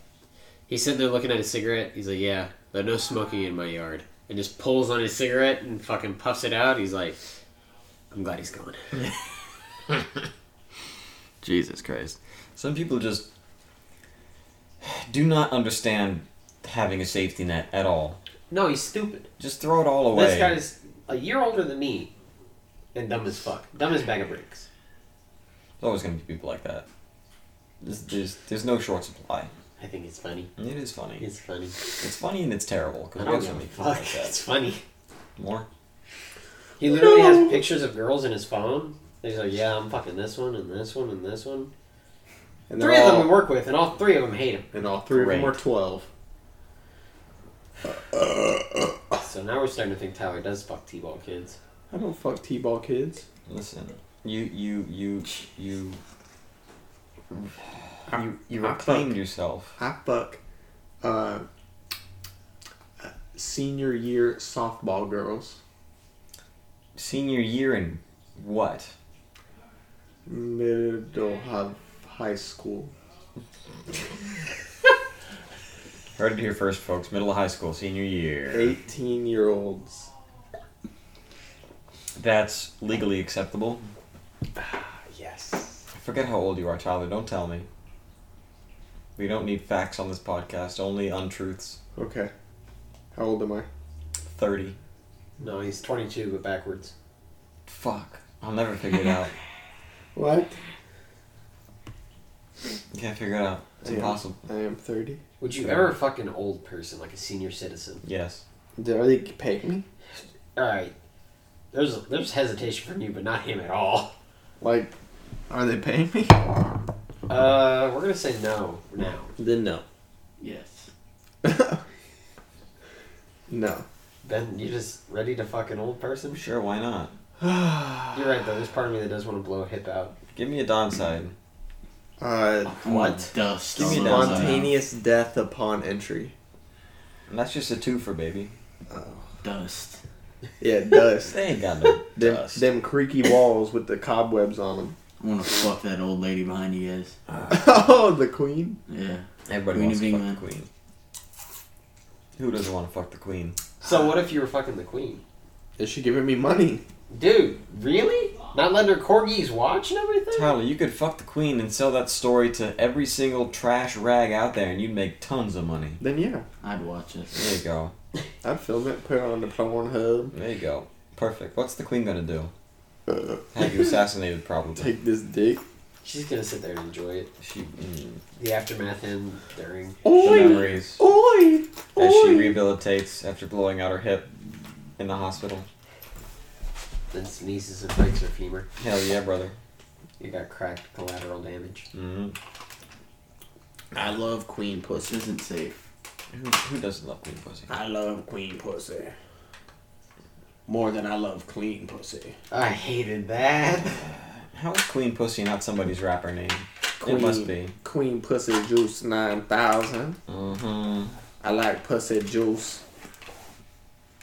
Speaker 2: he's sitting there looking at his cigarette. He's like, "Yeah, but no smoking in my yard," and just pulls on his cigarette and fucking puffs it out. He's like, "I'm glad he's gone."
Speaker 1: Jesus Christ. Some people just do not understand having a safety net at all.
Speaker 2: No, he's stupid.
Speaker 1: Just throw it all away.
Speaker 2: This guy's a year older than me and dumb as fuck. Dumb as a bag of bricks.
Speaker 1: There's always going to be people like that. There's, there's, there's no short supply.
Speaker 2: I think it's funny.
Speaker 1: And It is funny.
Speaker 2: It's funny.
Speaker 1: It's funny and it's terrible because
Speaker 2: I
Speaker 1: we
Speaker 2: don't
Speaker 1: have
Speaker 2: give
Speaker 1: so
Speaker 2: a
Speaker 1: many people like
Speaker 2: fuck. [laughs] It's
Speaker 1: that.
Speaker 2: funny.
Speaker 1: More.
Speaker 2: He literally has pictures of girls in his phone. He's like, yeah, I'm fucking this one and this one and this one.
Speaker 3: And they're
Speaker 2: Three of
Speaker 3: all,
Speaker 2: them to work with, and all three of them hate him.
Speaker 3: And all three of them are
Speaker 2: Great.
Speaker 3: 12.
Speaker 2: So now we're starting to think Tyler does fuck T-ball kids.
Speaker 3: I don't fuck T-ball kids.
Speaker 1: Listen, you you you you
Speaker 2: Uh,
Speaker 1: you, you
Speaker 3: I
Speaker 1: reclaimed yourself.
Speaker 3: I fuck uh, senior year softball girls.
Speaker 1: Senior year in what?
Speaker 3: Middle of high school.
Speaker 1: Heard it here first, folks. Middle of high school, senior year.
Speaker 3: 18 year olds.
Speaker 1: That's legally acceptable.
Speaker 2: Yes.
Speaker 1: I forget how old you are, Tyler. Don't tell me. We don't need facts on this podcast. Only untruths.
Speaker 3: Okay. How old am I?
Speaker 1: Thirty.
Speaker 2: No, he's 22, but backwards.
Speaker 1: Fuck. I'll never figure it
Speaker 4: [laughs]
Speaker 1: out.
Speaker 3: What?
Speaker 1: Can't figure it out. It's
Speaker 3: Yeah.
Speaker 1: impossible.
Speaker 3: I am 30.
Speaker 2: Would you ever fuck an old person, like a senior citizen?
Speaker 1: Yes.
Speaker 3: Did are they paying me?
Speaker 2: All right. There's there's hesitation from you, but not him at all.
Speaker 3: Like,
Speaker 7: Are they paying me?
Speaker 2: Uh, we're gonna say no now.
Speaker 3: [laughs] then no.
Speaker 4: Yes.
Speaker 3: [laughs] No. [sighs]
Speaker 2: Ben, you just ready to fuck an old person?
Speaker 1: Sure, why not?
Speaker 3: Uh,
Speaker 2: You're right though. There's part of me that does want to blow a hip out.
Speaker 1: Give me a Don side.
Speaker 3: Uh,
Speaker 4: What? Dust.
Speaker 1: Give me
Speaker 4: on
Speaker 1: a downside.
Speaker 4: those
Speaker 3: spontaneous death upon entry.
Speaker 1: And that's just a two for baby.
Speaker 4: eyes. Dust.
Speaker 3: Yeah, dust.
Speaker 1: They ain't got no
Speaker 3: them,
Speaker 1: dust.
Speaker 3: them [coughs] creaky walls with the cobwebs on them.
Speaker 4: I want to fuck that old lady behind you guys.
Speaker 3: [laughs] oh, the queen.
Speaker 4: Yeah.
Speaker 1: Everybody
Speaker 4: Queen
Speaker 1: wants
Speaker 4: of
Speaker 1: to fuck
Speaker 4: England.
Speaker 1: the queen. Who doesn't want to fuck the queen?
Speaker 2: So what if you were fucking the queen?
Speaker 3: Is she giving me money?
Speaker 2: Dude, really? Not letting her corgis watch and everything?
Speaker 1: Tyler, you could fuck the queen and sell that story to every single trash rag out there, and you'd make tons of money.
Speaker 3: Then yeah,
Speaker 4: I'd watch it.
Speaker 1: There you go.
Speaker 3: I'd film it, put it on the Pornhub,
Speaker 1: There you go. Perfect. What's the queen gonna do? Have you assassinated? Probably.
Speaker 3: uh, take this dick.
Speaker 2: She's gonna sit there and enjoy it.
Speaker 1: she mm,
Speaker 2: The aftermath and during.
Speaker 1: the
Speaker 3: Oi,
Speaker 1: memories
Speaker 3: oi,
Speaker 1: as she
Speaker 3: oi.
Speaker 1: rehabilitates after blowing out her hip in the hospital.
Speaker 2: Then sneezes and breaks her femur.
Speaker 1: Hell yeah, brother.
Speaker 2: You got cracked collateral damage.
Speaker 1: hmm
Speaker 7: I love Queen
Speaker 4: This
Speaker 7: pussy.
Speaker 4: isn't safe.
Speaker 1: Who, who doesn't love queen pussy?
Speaker 7: I love Queen pussy. More than I love clean pussy.
Speaker 2: I hated that.
Speaker 1: How is queen pussy not somebody's rapper name?
Speaker 3: Queen.
Speaker 1: It must be.
Speaker 3: Queen pussy juice nine thousand.
Speaker 1: Mm-hmm.
Speaker 3: I like pussy juice.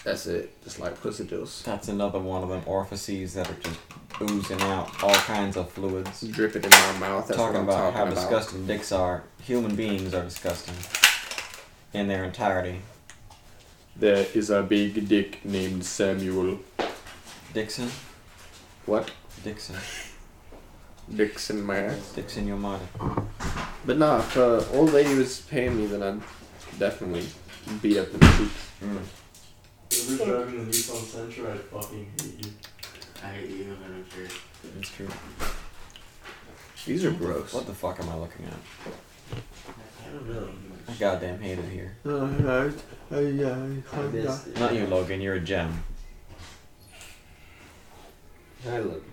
Speaker 3: That's it. Just like pussy juice.
Speaker 1: That's another one of them orifices that are just oozing out all kinds of fluids.
Speaker 3: Drip it in my mouth. That's
Speaker 1: talking
Speaker 3: what I'm
Speaker 1: about
Speaker 3: talking
Speaker 1: how
Speaker 3: about.
Speaker 1: disgusting dicks are. Human beings are disgusting in their entirety.
Speaker 3: There is a big dick named Samuel.
Speaker 1: Dixon,
Speaker 3: What?
Speaker 1: Dixon,
Speaker 3: Dicks in my ass.
Speaker 1: Dixon, your mind.
Speaker 3: But nah, if uh, old lady was paying me, then I'd definitely beat up the cheek.
Speaker 1: Mm,
Speaker 11: If you're driving the Nissan Sentra, I'd fucking hate you.
Speaker 4: I hate you. I don't care.
Speaker 1: It's true.
Speaker 3: These are gross.
Speaker 1: What the fuck am I looking at?
Speaker 2: I don't know.
Speaker 1: I goddamn hate it here.
Speaker 3: Oh,
Speaker 2: I missed it.
Speaker 1: Not you, Logan. You're a gem.
Speaker 2: I look.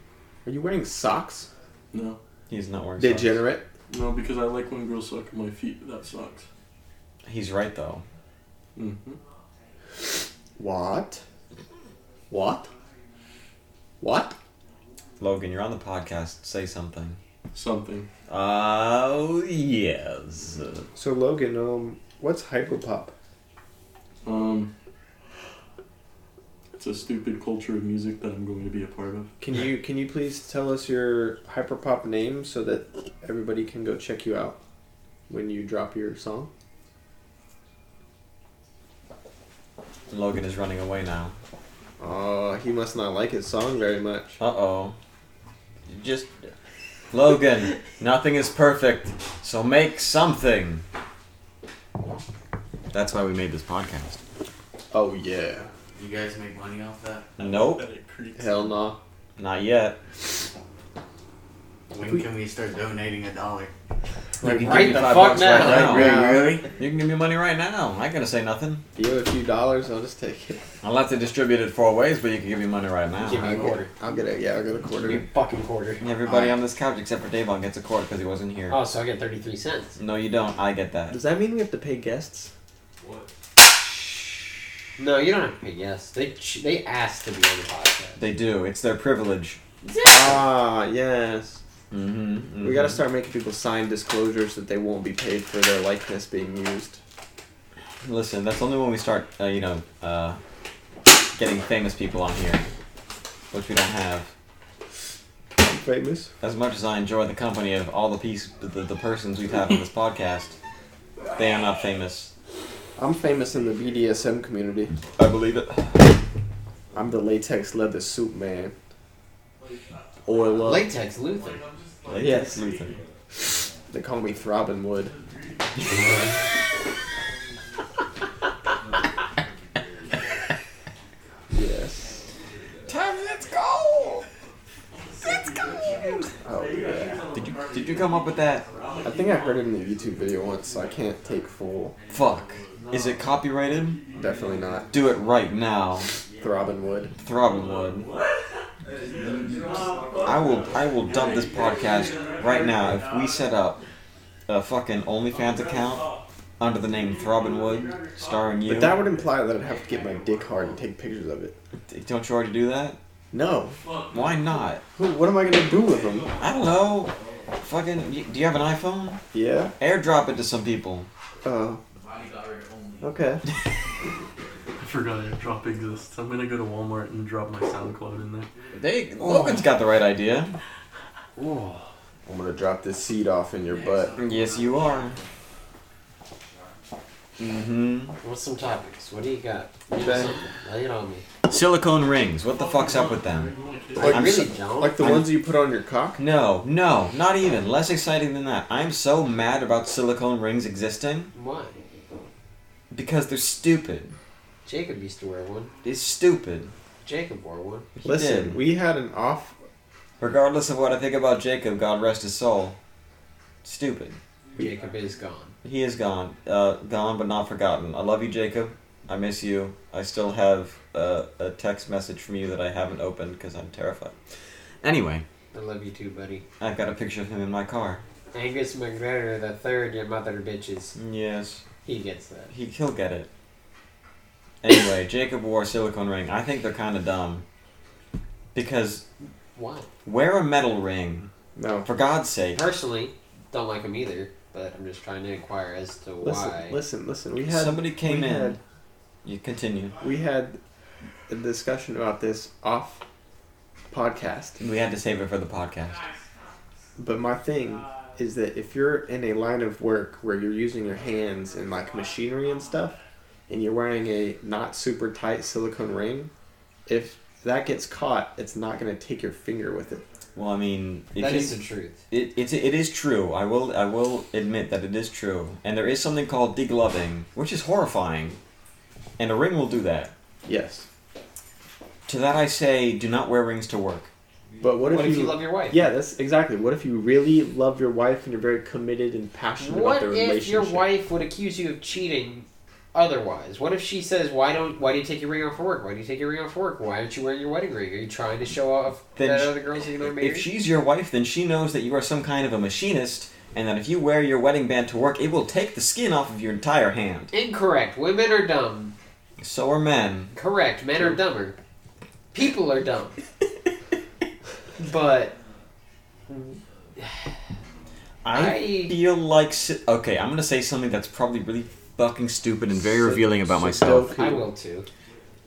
Speaker 3: Are you wearing socks?
Speaker 11: No.
Speaker 1: He's not wearing. socks.
Speaker 3: Degenerate.
Speaker 11: No, because I like when girls suck my feet. That sucks.
Speaker 1: He's right though.
Speaker 11: Mm-hmm.
Speaker 3: What? What? What?
Speaker 1: Logan, you're on the podcast. Say something.
Speaker 11: Something.
Speaker 1: Oh yes.
Speaker 3: So Logan, um, what's hyperpop?
Speaker 11: Um. It's a stupid culture of music that I'm going to be a part of.
Speaker 3: Can you can you please tell us your hyperpop name so that everybody can go check you out when you drop your song?
Speaker 1: Logan is running away now.
Speaker 3: Oh, he must not like his song very much.
Speaker 1: Uh oh. Just Logan. nothing is perfect, so make something. That's why we made this podcast.
Speaker 3: Oh yeah.
Speaker 4: You guys make money off that?
Speaker 1: Nope,
Speaker 11: it creeps.
Speaker 3: Hell no.
Speaker 1: not yet.
Speaker 4: When can we start donating a dollar?
Speaker 3: Like,
Speaker 2: can
Speaker 3: right
Speaker 2: give me
Speaker 3: the
Speaker 2: five
Speaker 3: fuck
Speaker 2: bucks
Speaker 3: now.
Speaker 2: right
Speaker 3: Right now.
Speaker 7: really?
Speaker 1: You can give me money right now. I'm not gonna say nothing.
Speaker 3: If you owe a few dollars, I'll just take it.
Speaker 1: I'll have to distribute it four ways, but you can give me money right now.
Speaker 2: Give me a
Speaker 3: I'll
Speaker 2: quarter.
Speaker 3: Get, I'll get it. Yeah, I'll get a
Speaker 2: Give me a
Speaker 3: quarter.
Speaker 2: fucking quarter.
Speaker 1: Everybody on this couch except for Davon gets a quarter because he wasn't here.
Speaker 3: Uh.
Speaker 2: Oh, so I get 33 cents.
Speaker 1: No, you don't. I get that.
Speaker 3: Does that mean we have to pay guests?
Speaker 11: What?
Speaker 2: No, you don't have to pay yes. They ch- they asked to be on the podcast.
Speaker 1: They do. It's their privilege.
Speaker 3: Ah, yes.
Speaker 1: Mm-hmm,
Speaker 3: We gotta start making people sign disclosures that they won't be paid for their likeness being used.
Speaker 1: Listen, that's only when we start, uh, you know, uh, getting famous people on here, which we don't have.
Speaker 3: Famous.
Speaker 1: As much as I enjoy the company of all the piece, the, the persons we've had on this podcast, they are not famous.
Speaker 3: I'm famous in the BDSM community.
Speaker 1: I believe it.
Speaker 3: I'm the latex leather suit man. Oil up.
Speaker 2: Latex Luther.
Speaker 3: Yes.
Speaker 1: Luther.
Speaker 3: They call me Throbbing Wood. yes. Time let's go. Let's go. Oh yeah.
Speaker 1: Did you did you come up with that?
Speaker 3: I think I heard it in the YouTube video once, so I can't take full.
Speaker 1: Fuck. Is it copyrighted?
Speaker 3: Definitely not
Speaker 1: Do it right now,
Speaker 3: Throbbing Wood.
Speaker 1: Throbbing Wood. I will I will dump this podcast right now if we set up a fucking OnlyFans account under the name Throbbing Wood, starring you.
Speaker 3: But that would imply that I'd have to get my dick hard and take pictures of it.
Speaker 1: Don't you already do that?
Speaker 3: No.
Speaker 1: Why not?
Speaker 3: Who, what am I gonna do with them?
Speaker 1: I don't know. Fucking, y- do you have an iPhone?
Speaker 3: Yeah.
Speaker 1: Airdrop it to some people.
Speaker 3: Oh. Okay.
Speaker 11: I forgot airdrop exists. I'm gonna go to Walmart and drop my SoundCloud in there.
Speaker 1: They Logan's got the right idea.
Speaker 3: I'm gonna drop this seed off in your butt.
Speaker 1: Yes, you are. Mm-hmm.
Speaker 2: What's some topics? What do you got? You
Speaker 3: Okay.
Speaker 2: got something. Lay it on me.
Speaker 1: Silicone rings. What the fuck's up with them?
Speaker 2: I
Speaker 3: I'm
Speaker 2: really
Speaker 3: so-
Speaker 2: don't.
Speaker 3: Like the
Speaker 1: I'm-
Speaker 3: ones you put on your cock?
Speaker 1: No, no, not even. Less exciting than that. I'm so mad about silicone rings existing
Speaker 2: Why?
Speaker 1: because they're stupid.
Speaker 2: Jacob used to wear one.
Speaker 1: It's stupid.
Speaker 2: Jacob wore one.
Speaker 1: He
Speaker 3: Listen,
Speaker 1: did.
Speaker 3: we had an off.
Speaker 1: Regardless of what I think about Jacob, God rest his soul. Stupid.
Speaker 2: Jacob is gone.
Speaker 1: He is gone. Uh, gone but not forgotten. I love you, Jacob. I miss you. I still have uh, a text message from you that I haven't opened because I'm terrified. Anyway,
Speaker 2: I love you too, buddy.
Speaker 1: I've got a picture of him in my car.
Speaker 2: Angus McGregor the third, your mother bitches.
Speaker 1: Yes,
Speaker 2: He gets that.
Speaker 1: he, he'll get it. Anyway,
Speaker 3: [coughs]
Speaker 1: Jacob wore a silicone ring. I think they're kind of dumb. Because
Speaker 2: Why?
Speaker 1: wear a metal ring,
Speaker 3: No.
Speaker 1: for God's sake.
Speaker 2: Personally, don't like him either. But I'm just trying to inquire as to
Speaker 3: Listen,
Speaker 2: why.
Speaker 3: listen, listen. We had
Speaker 1: Somebody came
Speaker 3: we
Speaker 1: in.
Speaker 3: had-
Speaker 1: You continue.
Speaker 3: we had a discussion about this off podcast.
Speaker 1: We had to save it for the podcast.
Speaker 3: But my thing is that if you're in a line of work where you're using your hands and like machinery and stuff, and you're wearing a not super tight silicone ring, if that gets caught, it's not going to take your finger with it.
Speaker 1: Well, I mean, if
Speaker 2: That
Speaker 1: you-
Speaker 2: is the truth.
Speaker 1: It, it's it is true. I will I will admit that it is true, and there is something called degloving, which is horrifying, and a ring will do that.
Speaker 3: Yes.
Speaker 1: To that I say, do not wear rings to work.
Speaker 3: But what,
Speaker 2: What, if you, love your wife?
Speaker 3: Yeah, that's exactly. What if you really love your wife and you're very committed and passionate
Speaker 2: What
Speaker 3: about their
Speaker 2: if
Speaker 3: relationship?
Speaker 2: your wife would accuse you of cheating? Otherwise, what if she says, "Why don't? Why do you take your ring off for work? Why do you take your ring off for work? Why aren't you wearing your wedding ring? Are you trying to show off
Speaker 1: Then
Speaker 2: that
Speaker 1: she-
Speaker 2: other girls you're gonna marry?"
Speaker 1: If she's your wife, then she knows that you are some kind of a machinist, and that if you wear your wedding band to work, it will take the skin off of your entire hand.
Speaker 2: Incorrect. Women are dumb.
Speaker 1: So are men.
Speaker 2: Correct. Men are dumber. People are dumb. but
Speaker 1: I,
Speaker 2: I-
Speaker 1: feel like si- okay. I'm gonna say something that's probably really fucking stupid and very
Speaker 3: So-
Speaker 1: revealing about
Speaker 3: so
Speaker 1: myself.
Speaker 3: dope.
Speaker 2: I will too.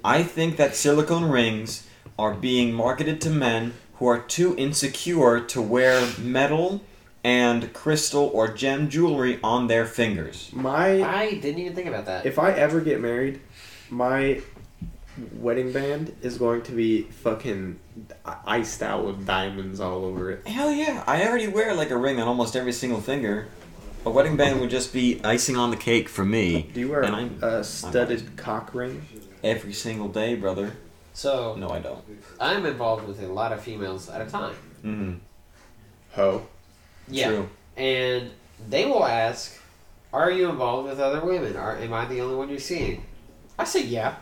Speaker 1: I think that silicone rings are being marketed to men who are too insecure to wear metal and crystal or gem jewelry on their fingers.
Speaker 3: My
Speaker 2: I didn't even think about that.
Speaker 3: If I ever get married, my wedding band is going to be fucking iced out with diamonds all over it.
Speaker 1: Hell yeah, I already wear like a ring on almost every single finger. A wedding band would just be icing on the cake for me
Speaker 3: Do you wear
Speaker 1: And I'm-
Speaker 3: a studded cock ring?
Speaker 1: every single day, brother.
Speaker 2: so
Speaker 1: No, I don't.
Speaker 2: I'm involved with a lot of females at a time.
Speaker 1: Mm-hmm.
Speaker 3: Ho.
Speaker 2: Yeah.
Speaker 1: True.
Speaker 2: And They will ask, "Are you involved with other women? Are am I the only one you're seeing?" I say, "Yeah,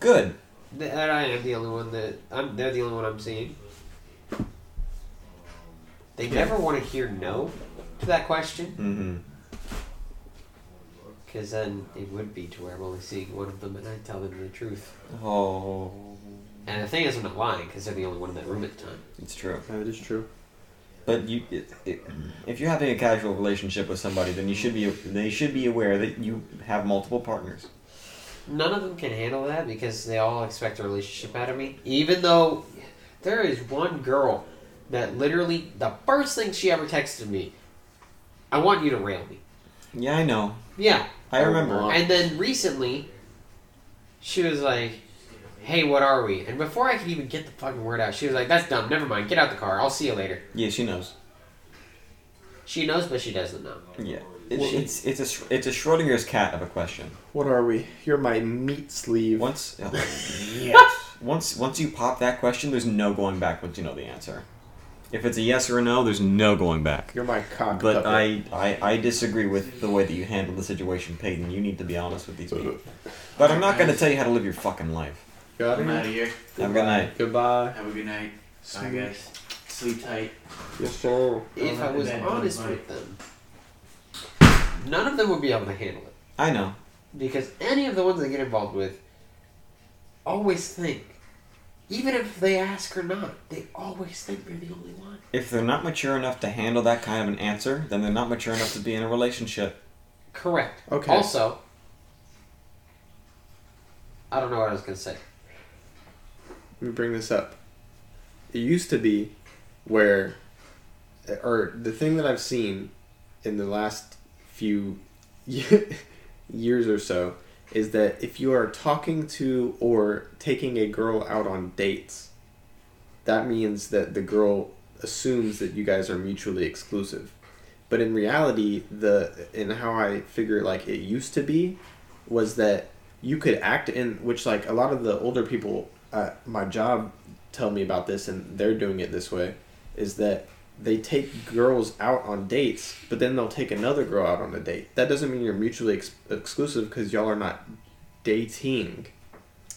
Speaker 1: Good.
Speaker 2: Th- that I am the only one that I'm. They're the only one I'm seeing." They never want to hear no to that question
Speaker 1: Mm-hmm.
Speaker 2: because then it would be to where I'm only seeing one of them, and I tell them the truth.
Speaker 1: Oh,
Speaker 2: And the thing is, I'm not lying because they're the only one in that room at the time.
Speaker 1: it's true.
Speaker 3: That is true.
Speaker 1: But you, it, it, if you're having a casual relationship with somebody, then you should be they should be aware that you have multiple partners.
Speaker 2: None of them can handle that because they all expect a relationship out of me. Even though there is one girl that literally the first thing she ever texted me, I want you to rail me.
Speaker 1: Yeah, I know.
Speaker 2: Yeah.
Speaker 1: I remember.
Speaker 2: And then recently she was like, Hey, what are we? And before I could even get the fucking word out, she was like, That's dumb, never mind, get out the car, I'll see you later.
Speaker 1: Yeah, she knows.
Speaker 2: She knows but she doesn't know.
Speaker 1: Yeah, it, it's it's a Sch- it's a Schrodinger's cat of a question.
Speaker 3: What are we? You're my meat sleeve.
Speaker 1: Once, [laughs] yes. Once once you pop that question, there's no going back once you know the answer. If it's a yes or a no, there's no going back.
Speaker 3: You're my cock.
Speaker 1: But
Speaker 3: puppet.
Speaker 1: I, I, I disagree with the way that you handle the situation, Peyton. You need to be honest with these
Speaker 3: [laughs]
Speaker 1: people. But I'm not going to tell you how to live your fucking life.
Speaker 3: got
Speaker 12: I'm out
Speaker 3: it.
Speaker 12: of here.
Speaker 1: Have a good night.
Speaker 3: Goodbye.
Speaker 12: Have a good night. Bye,
Speaker 3: Sweet.
Speaker 12: guys. Sleep tight.
Speaker 3: Yes, sir.
Speaker 2: If I was honest with them, none of them would be able to handle it.
Speaker 1: I know.
Speaker 2: because any of the ones they get involved with always think, even if they ask or not, they always think they're the only one.
Speaker 1: If they're not mature enough to handle that kind of an answer, then they're not mature enough to be in a relationship.
Speaker 2: Correct.
Speaker 3: Okay.
Speaker 2: Also, I don't know what I was gonna say.
Speaker 3: Let me bring this up. It used to be where, or the thing that I've seen in the last few [laughs] years or so is that if you are talking to or taking a girl out on dates, that means that the girl assumes that you guys are mutually exclusive. But in reality, the in how I figure like it used to be was that you could act in which like a lot of the older people at my job tell me about this and they're doing it this way is that they take girls out on dates but then they'll take another girl out on a date that doesn't mean you're mutually ex- exclusive because y'all are not dating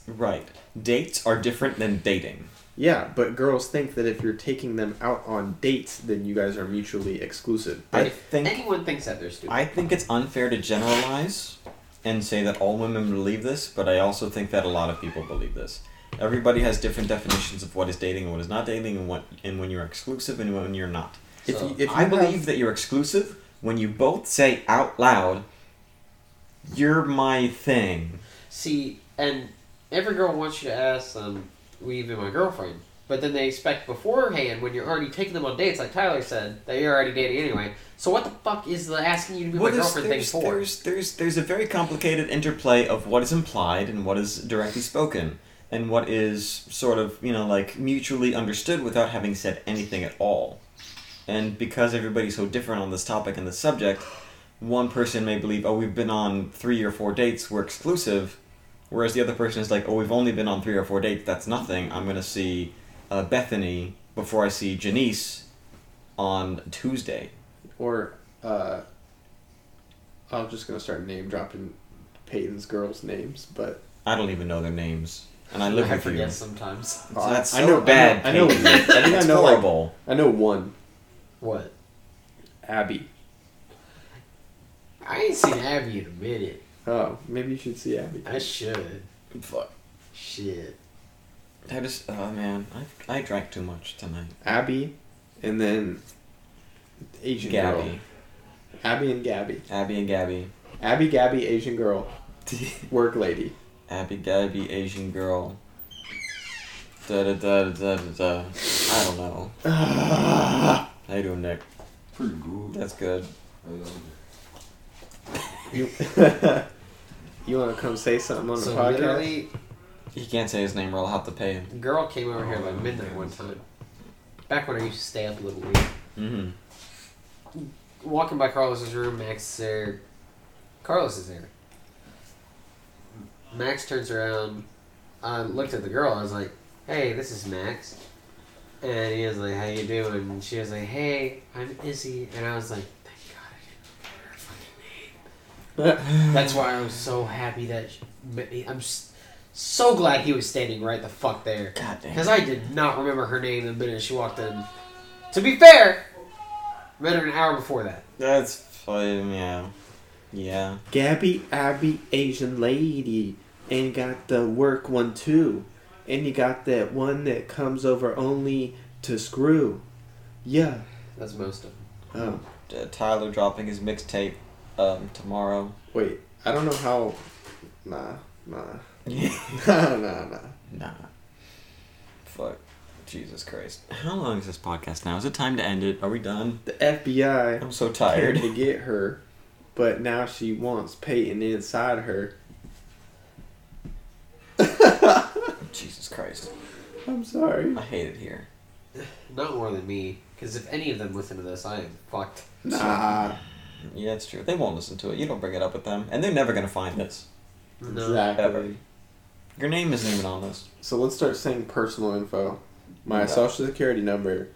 Speaker 1: Right. Dates are different than dating.
Speaker 3: yeah but girls think that if you're taking them out on dates then you guys are mutually exclusive
Speaker 1: I
Speaker 3: But-
Speaker 1: think
Speaker 2: Anyone thinks that they're stupid.
Speaker 1: I think it's unfair to generalize and say that all women believe this, but I also think that a lot of people believe this. Everybody has different definitions of what is dating and what is not dating, and what and when you're exclusive and when you're not.
Speaker 3: if
Speaker 2: So,
Speaker 3: you, if you
Speaker 1: I believe
Speaker 3: have-
Speaker 1: that you're exclusive when you both say out loud, "You're my thing."
Speaker 2: See, and every girl wants you to ask them, "Will you be my girlfriend?" But then they expect beforehand, when you're already taking them on dates, like Tyler said, that you're already dating anyway. So what the fuck is the asking you to be my
Speaker 1: there's,
Speaker 2: girlfriend thing
Speaker 1: there's,
Speaker 2: for?
Speaker 1: there's there's there's a very complicated interplay of what is implied and what is directly spoken, and what is sort of you know like mutually understood without having said anything at all. And because everybody's so different on this topic and this subject, one person may believe, oh, we've been on three or four dates, we're exclusive, whereas the other person is like, oh, we've only been on three or four dates, that's nothing. I'm gonna see uh, Bethany before I see Janice on Tuesday.
Speaker 3: or uh, i'm just going to start name dropping peyton's girls names but
Speaker 1: I don't even know their names, and I live
Speaker 2: I
Speaker 1: with you.
Speaker 2: forget sometimes.
Speaker 1: So that's
Speaker 3: I
Speaker 1: so
Speaker 3: know-
Speaker 1: bad.
Speaker 3: I know- I know- [laughs]
Speaker 1: Peyton.
Speaker 3: I think I
Speaker 1: That's
Speaker 3: know, like-
Speaker 1: horrible.
Speaker 3: i know one
Speaker 2: What?
Speaker 3: abby
Speaker 2: I ain't seen Abby in a minute.
Speaker 3: Oh, maybe you should see Abby.
Speaker 2: I should.
Speaker 1: Fuck.
Speaker 2: Shit.
Speaker 1: I just, oh man, I I drank too much tonight.
Speaker 3: Abby, and then Asian
Speaker 1: Gabby,
Speaker 3: girl. Abby and Gabby.
Speaker 1: Abby and Gabby,
Speaker 3: Abby, Gabby,
Speaker 1: [laughs]
Speaker 3: Asian girl, work lady.
Speaker 1: Abby, Gabby, Asian girl. Da da da da da da. da. I don't
Speaker 3: [sighs]
Speaker 1: know. How you doing, Nick?
Speaker 12: Pretty good.
Speaker 1: That's good.
Speaker 3: You, [laughs] you want to come say something on
Speaker 2: So
Speaker 3: the podcast?
Speaker 2: literally,
Speaker 1: He can't say his name, or I'll have to pay him.
Speaker 2: the girl came over here by midnight one time. Back when I used to stay up a little late.
Speaker 1: Mm-hmm.
Speaker 2: Walking by Carlos's room, Max is there. Carlos is there. Max turns around. I looked at the girl. I was like, "Hey, this is Max." And he was like, "How you doing?" And she was like, "Hey, I'm Izzy." And I was like, That's why I was so happy that sh- but he- I'm s- so glad he was standing right the fuck there.
Speaker 3: God damn.
Speaker 2: Because I did not remember her name the minute she walked in. To be fair, met her an hour before that.
Speaker 1: That's fine, yeah. Yeah.
Speaker 3: Gabby Abby Asian lady and got the work one too. And you got that one that comes over only to screw. Yeah.
Speaker 2: That's most of them.
Speaker 3: Oh.
Speaker 1: Uh, Tyler dropping his mixtape um,
Speaker 3: [laughs]
Speaker 1: tomorrow.
Speaker 3: Wait, I don't know how nah, nah. [laughs] nah, nah, nah.
Speaker 1: Nah. Fuck. Jesus Christ. How long is this podcast now? Is it time to end it? Are we done?
Speaker 3: The FBI
Speaker 1: I'm so
Speaker 3: tired
Speaker 1: [laughs] tired.
Speaker 3: to get her, but now she wants Peyton inside her.
Speaker 1: Jesus Christ.
Speaker 3: I'm sorry.
Speaker 1: I hate it here.
Speaker 2: Not more than me. Because if any of them listen to this, I am fucked.
Speaker 3: Nah,
Speaker 1: Yeah, it's true. They won't listen to it. You don't bring it up with them. And they're never going to find this.
Speaker 2: No.
Speaker 1: Ever.
Speaker 3: exactly.
Speaker 1: Your name isn't even on this.
Speaker 3: So let's start saying personal info. My
Speaker 1: No. [laughs]
Speaker 3: social security number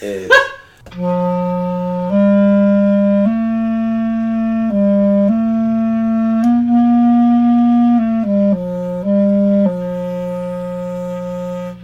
Speaker 3: is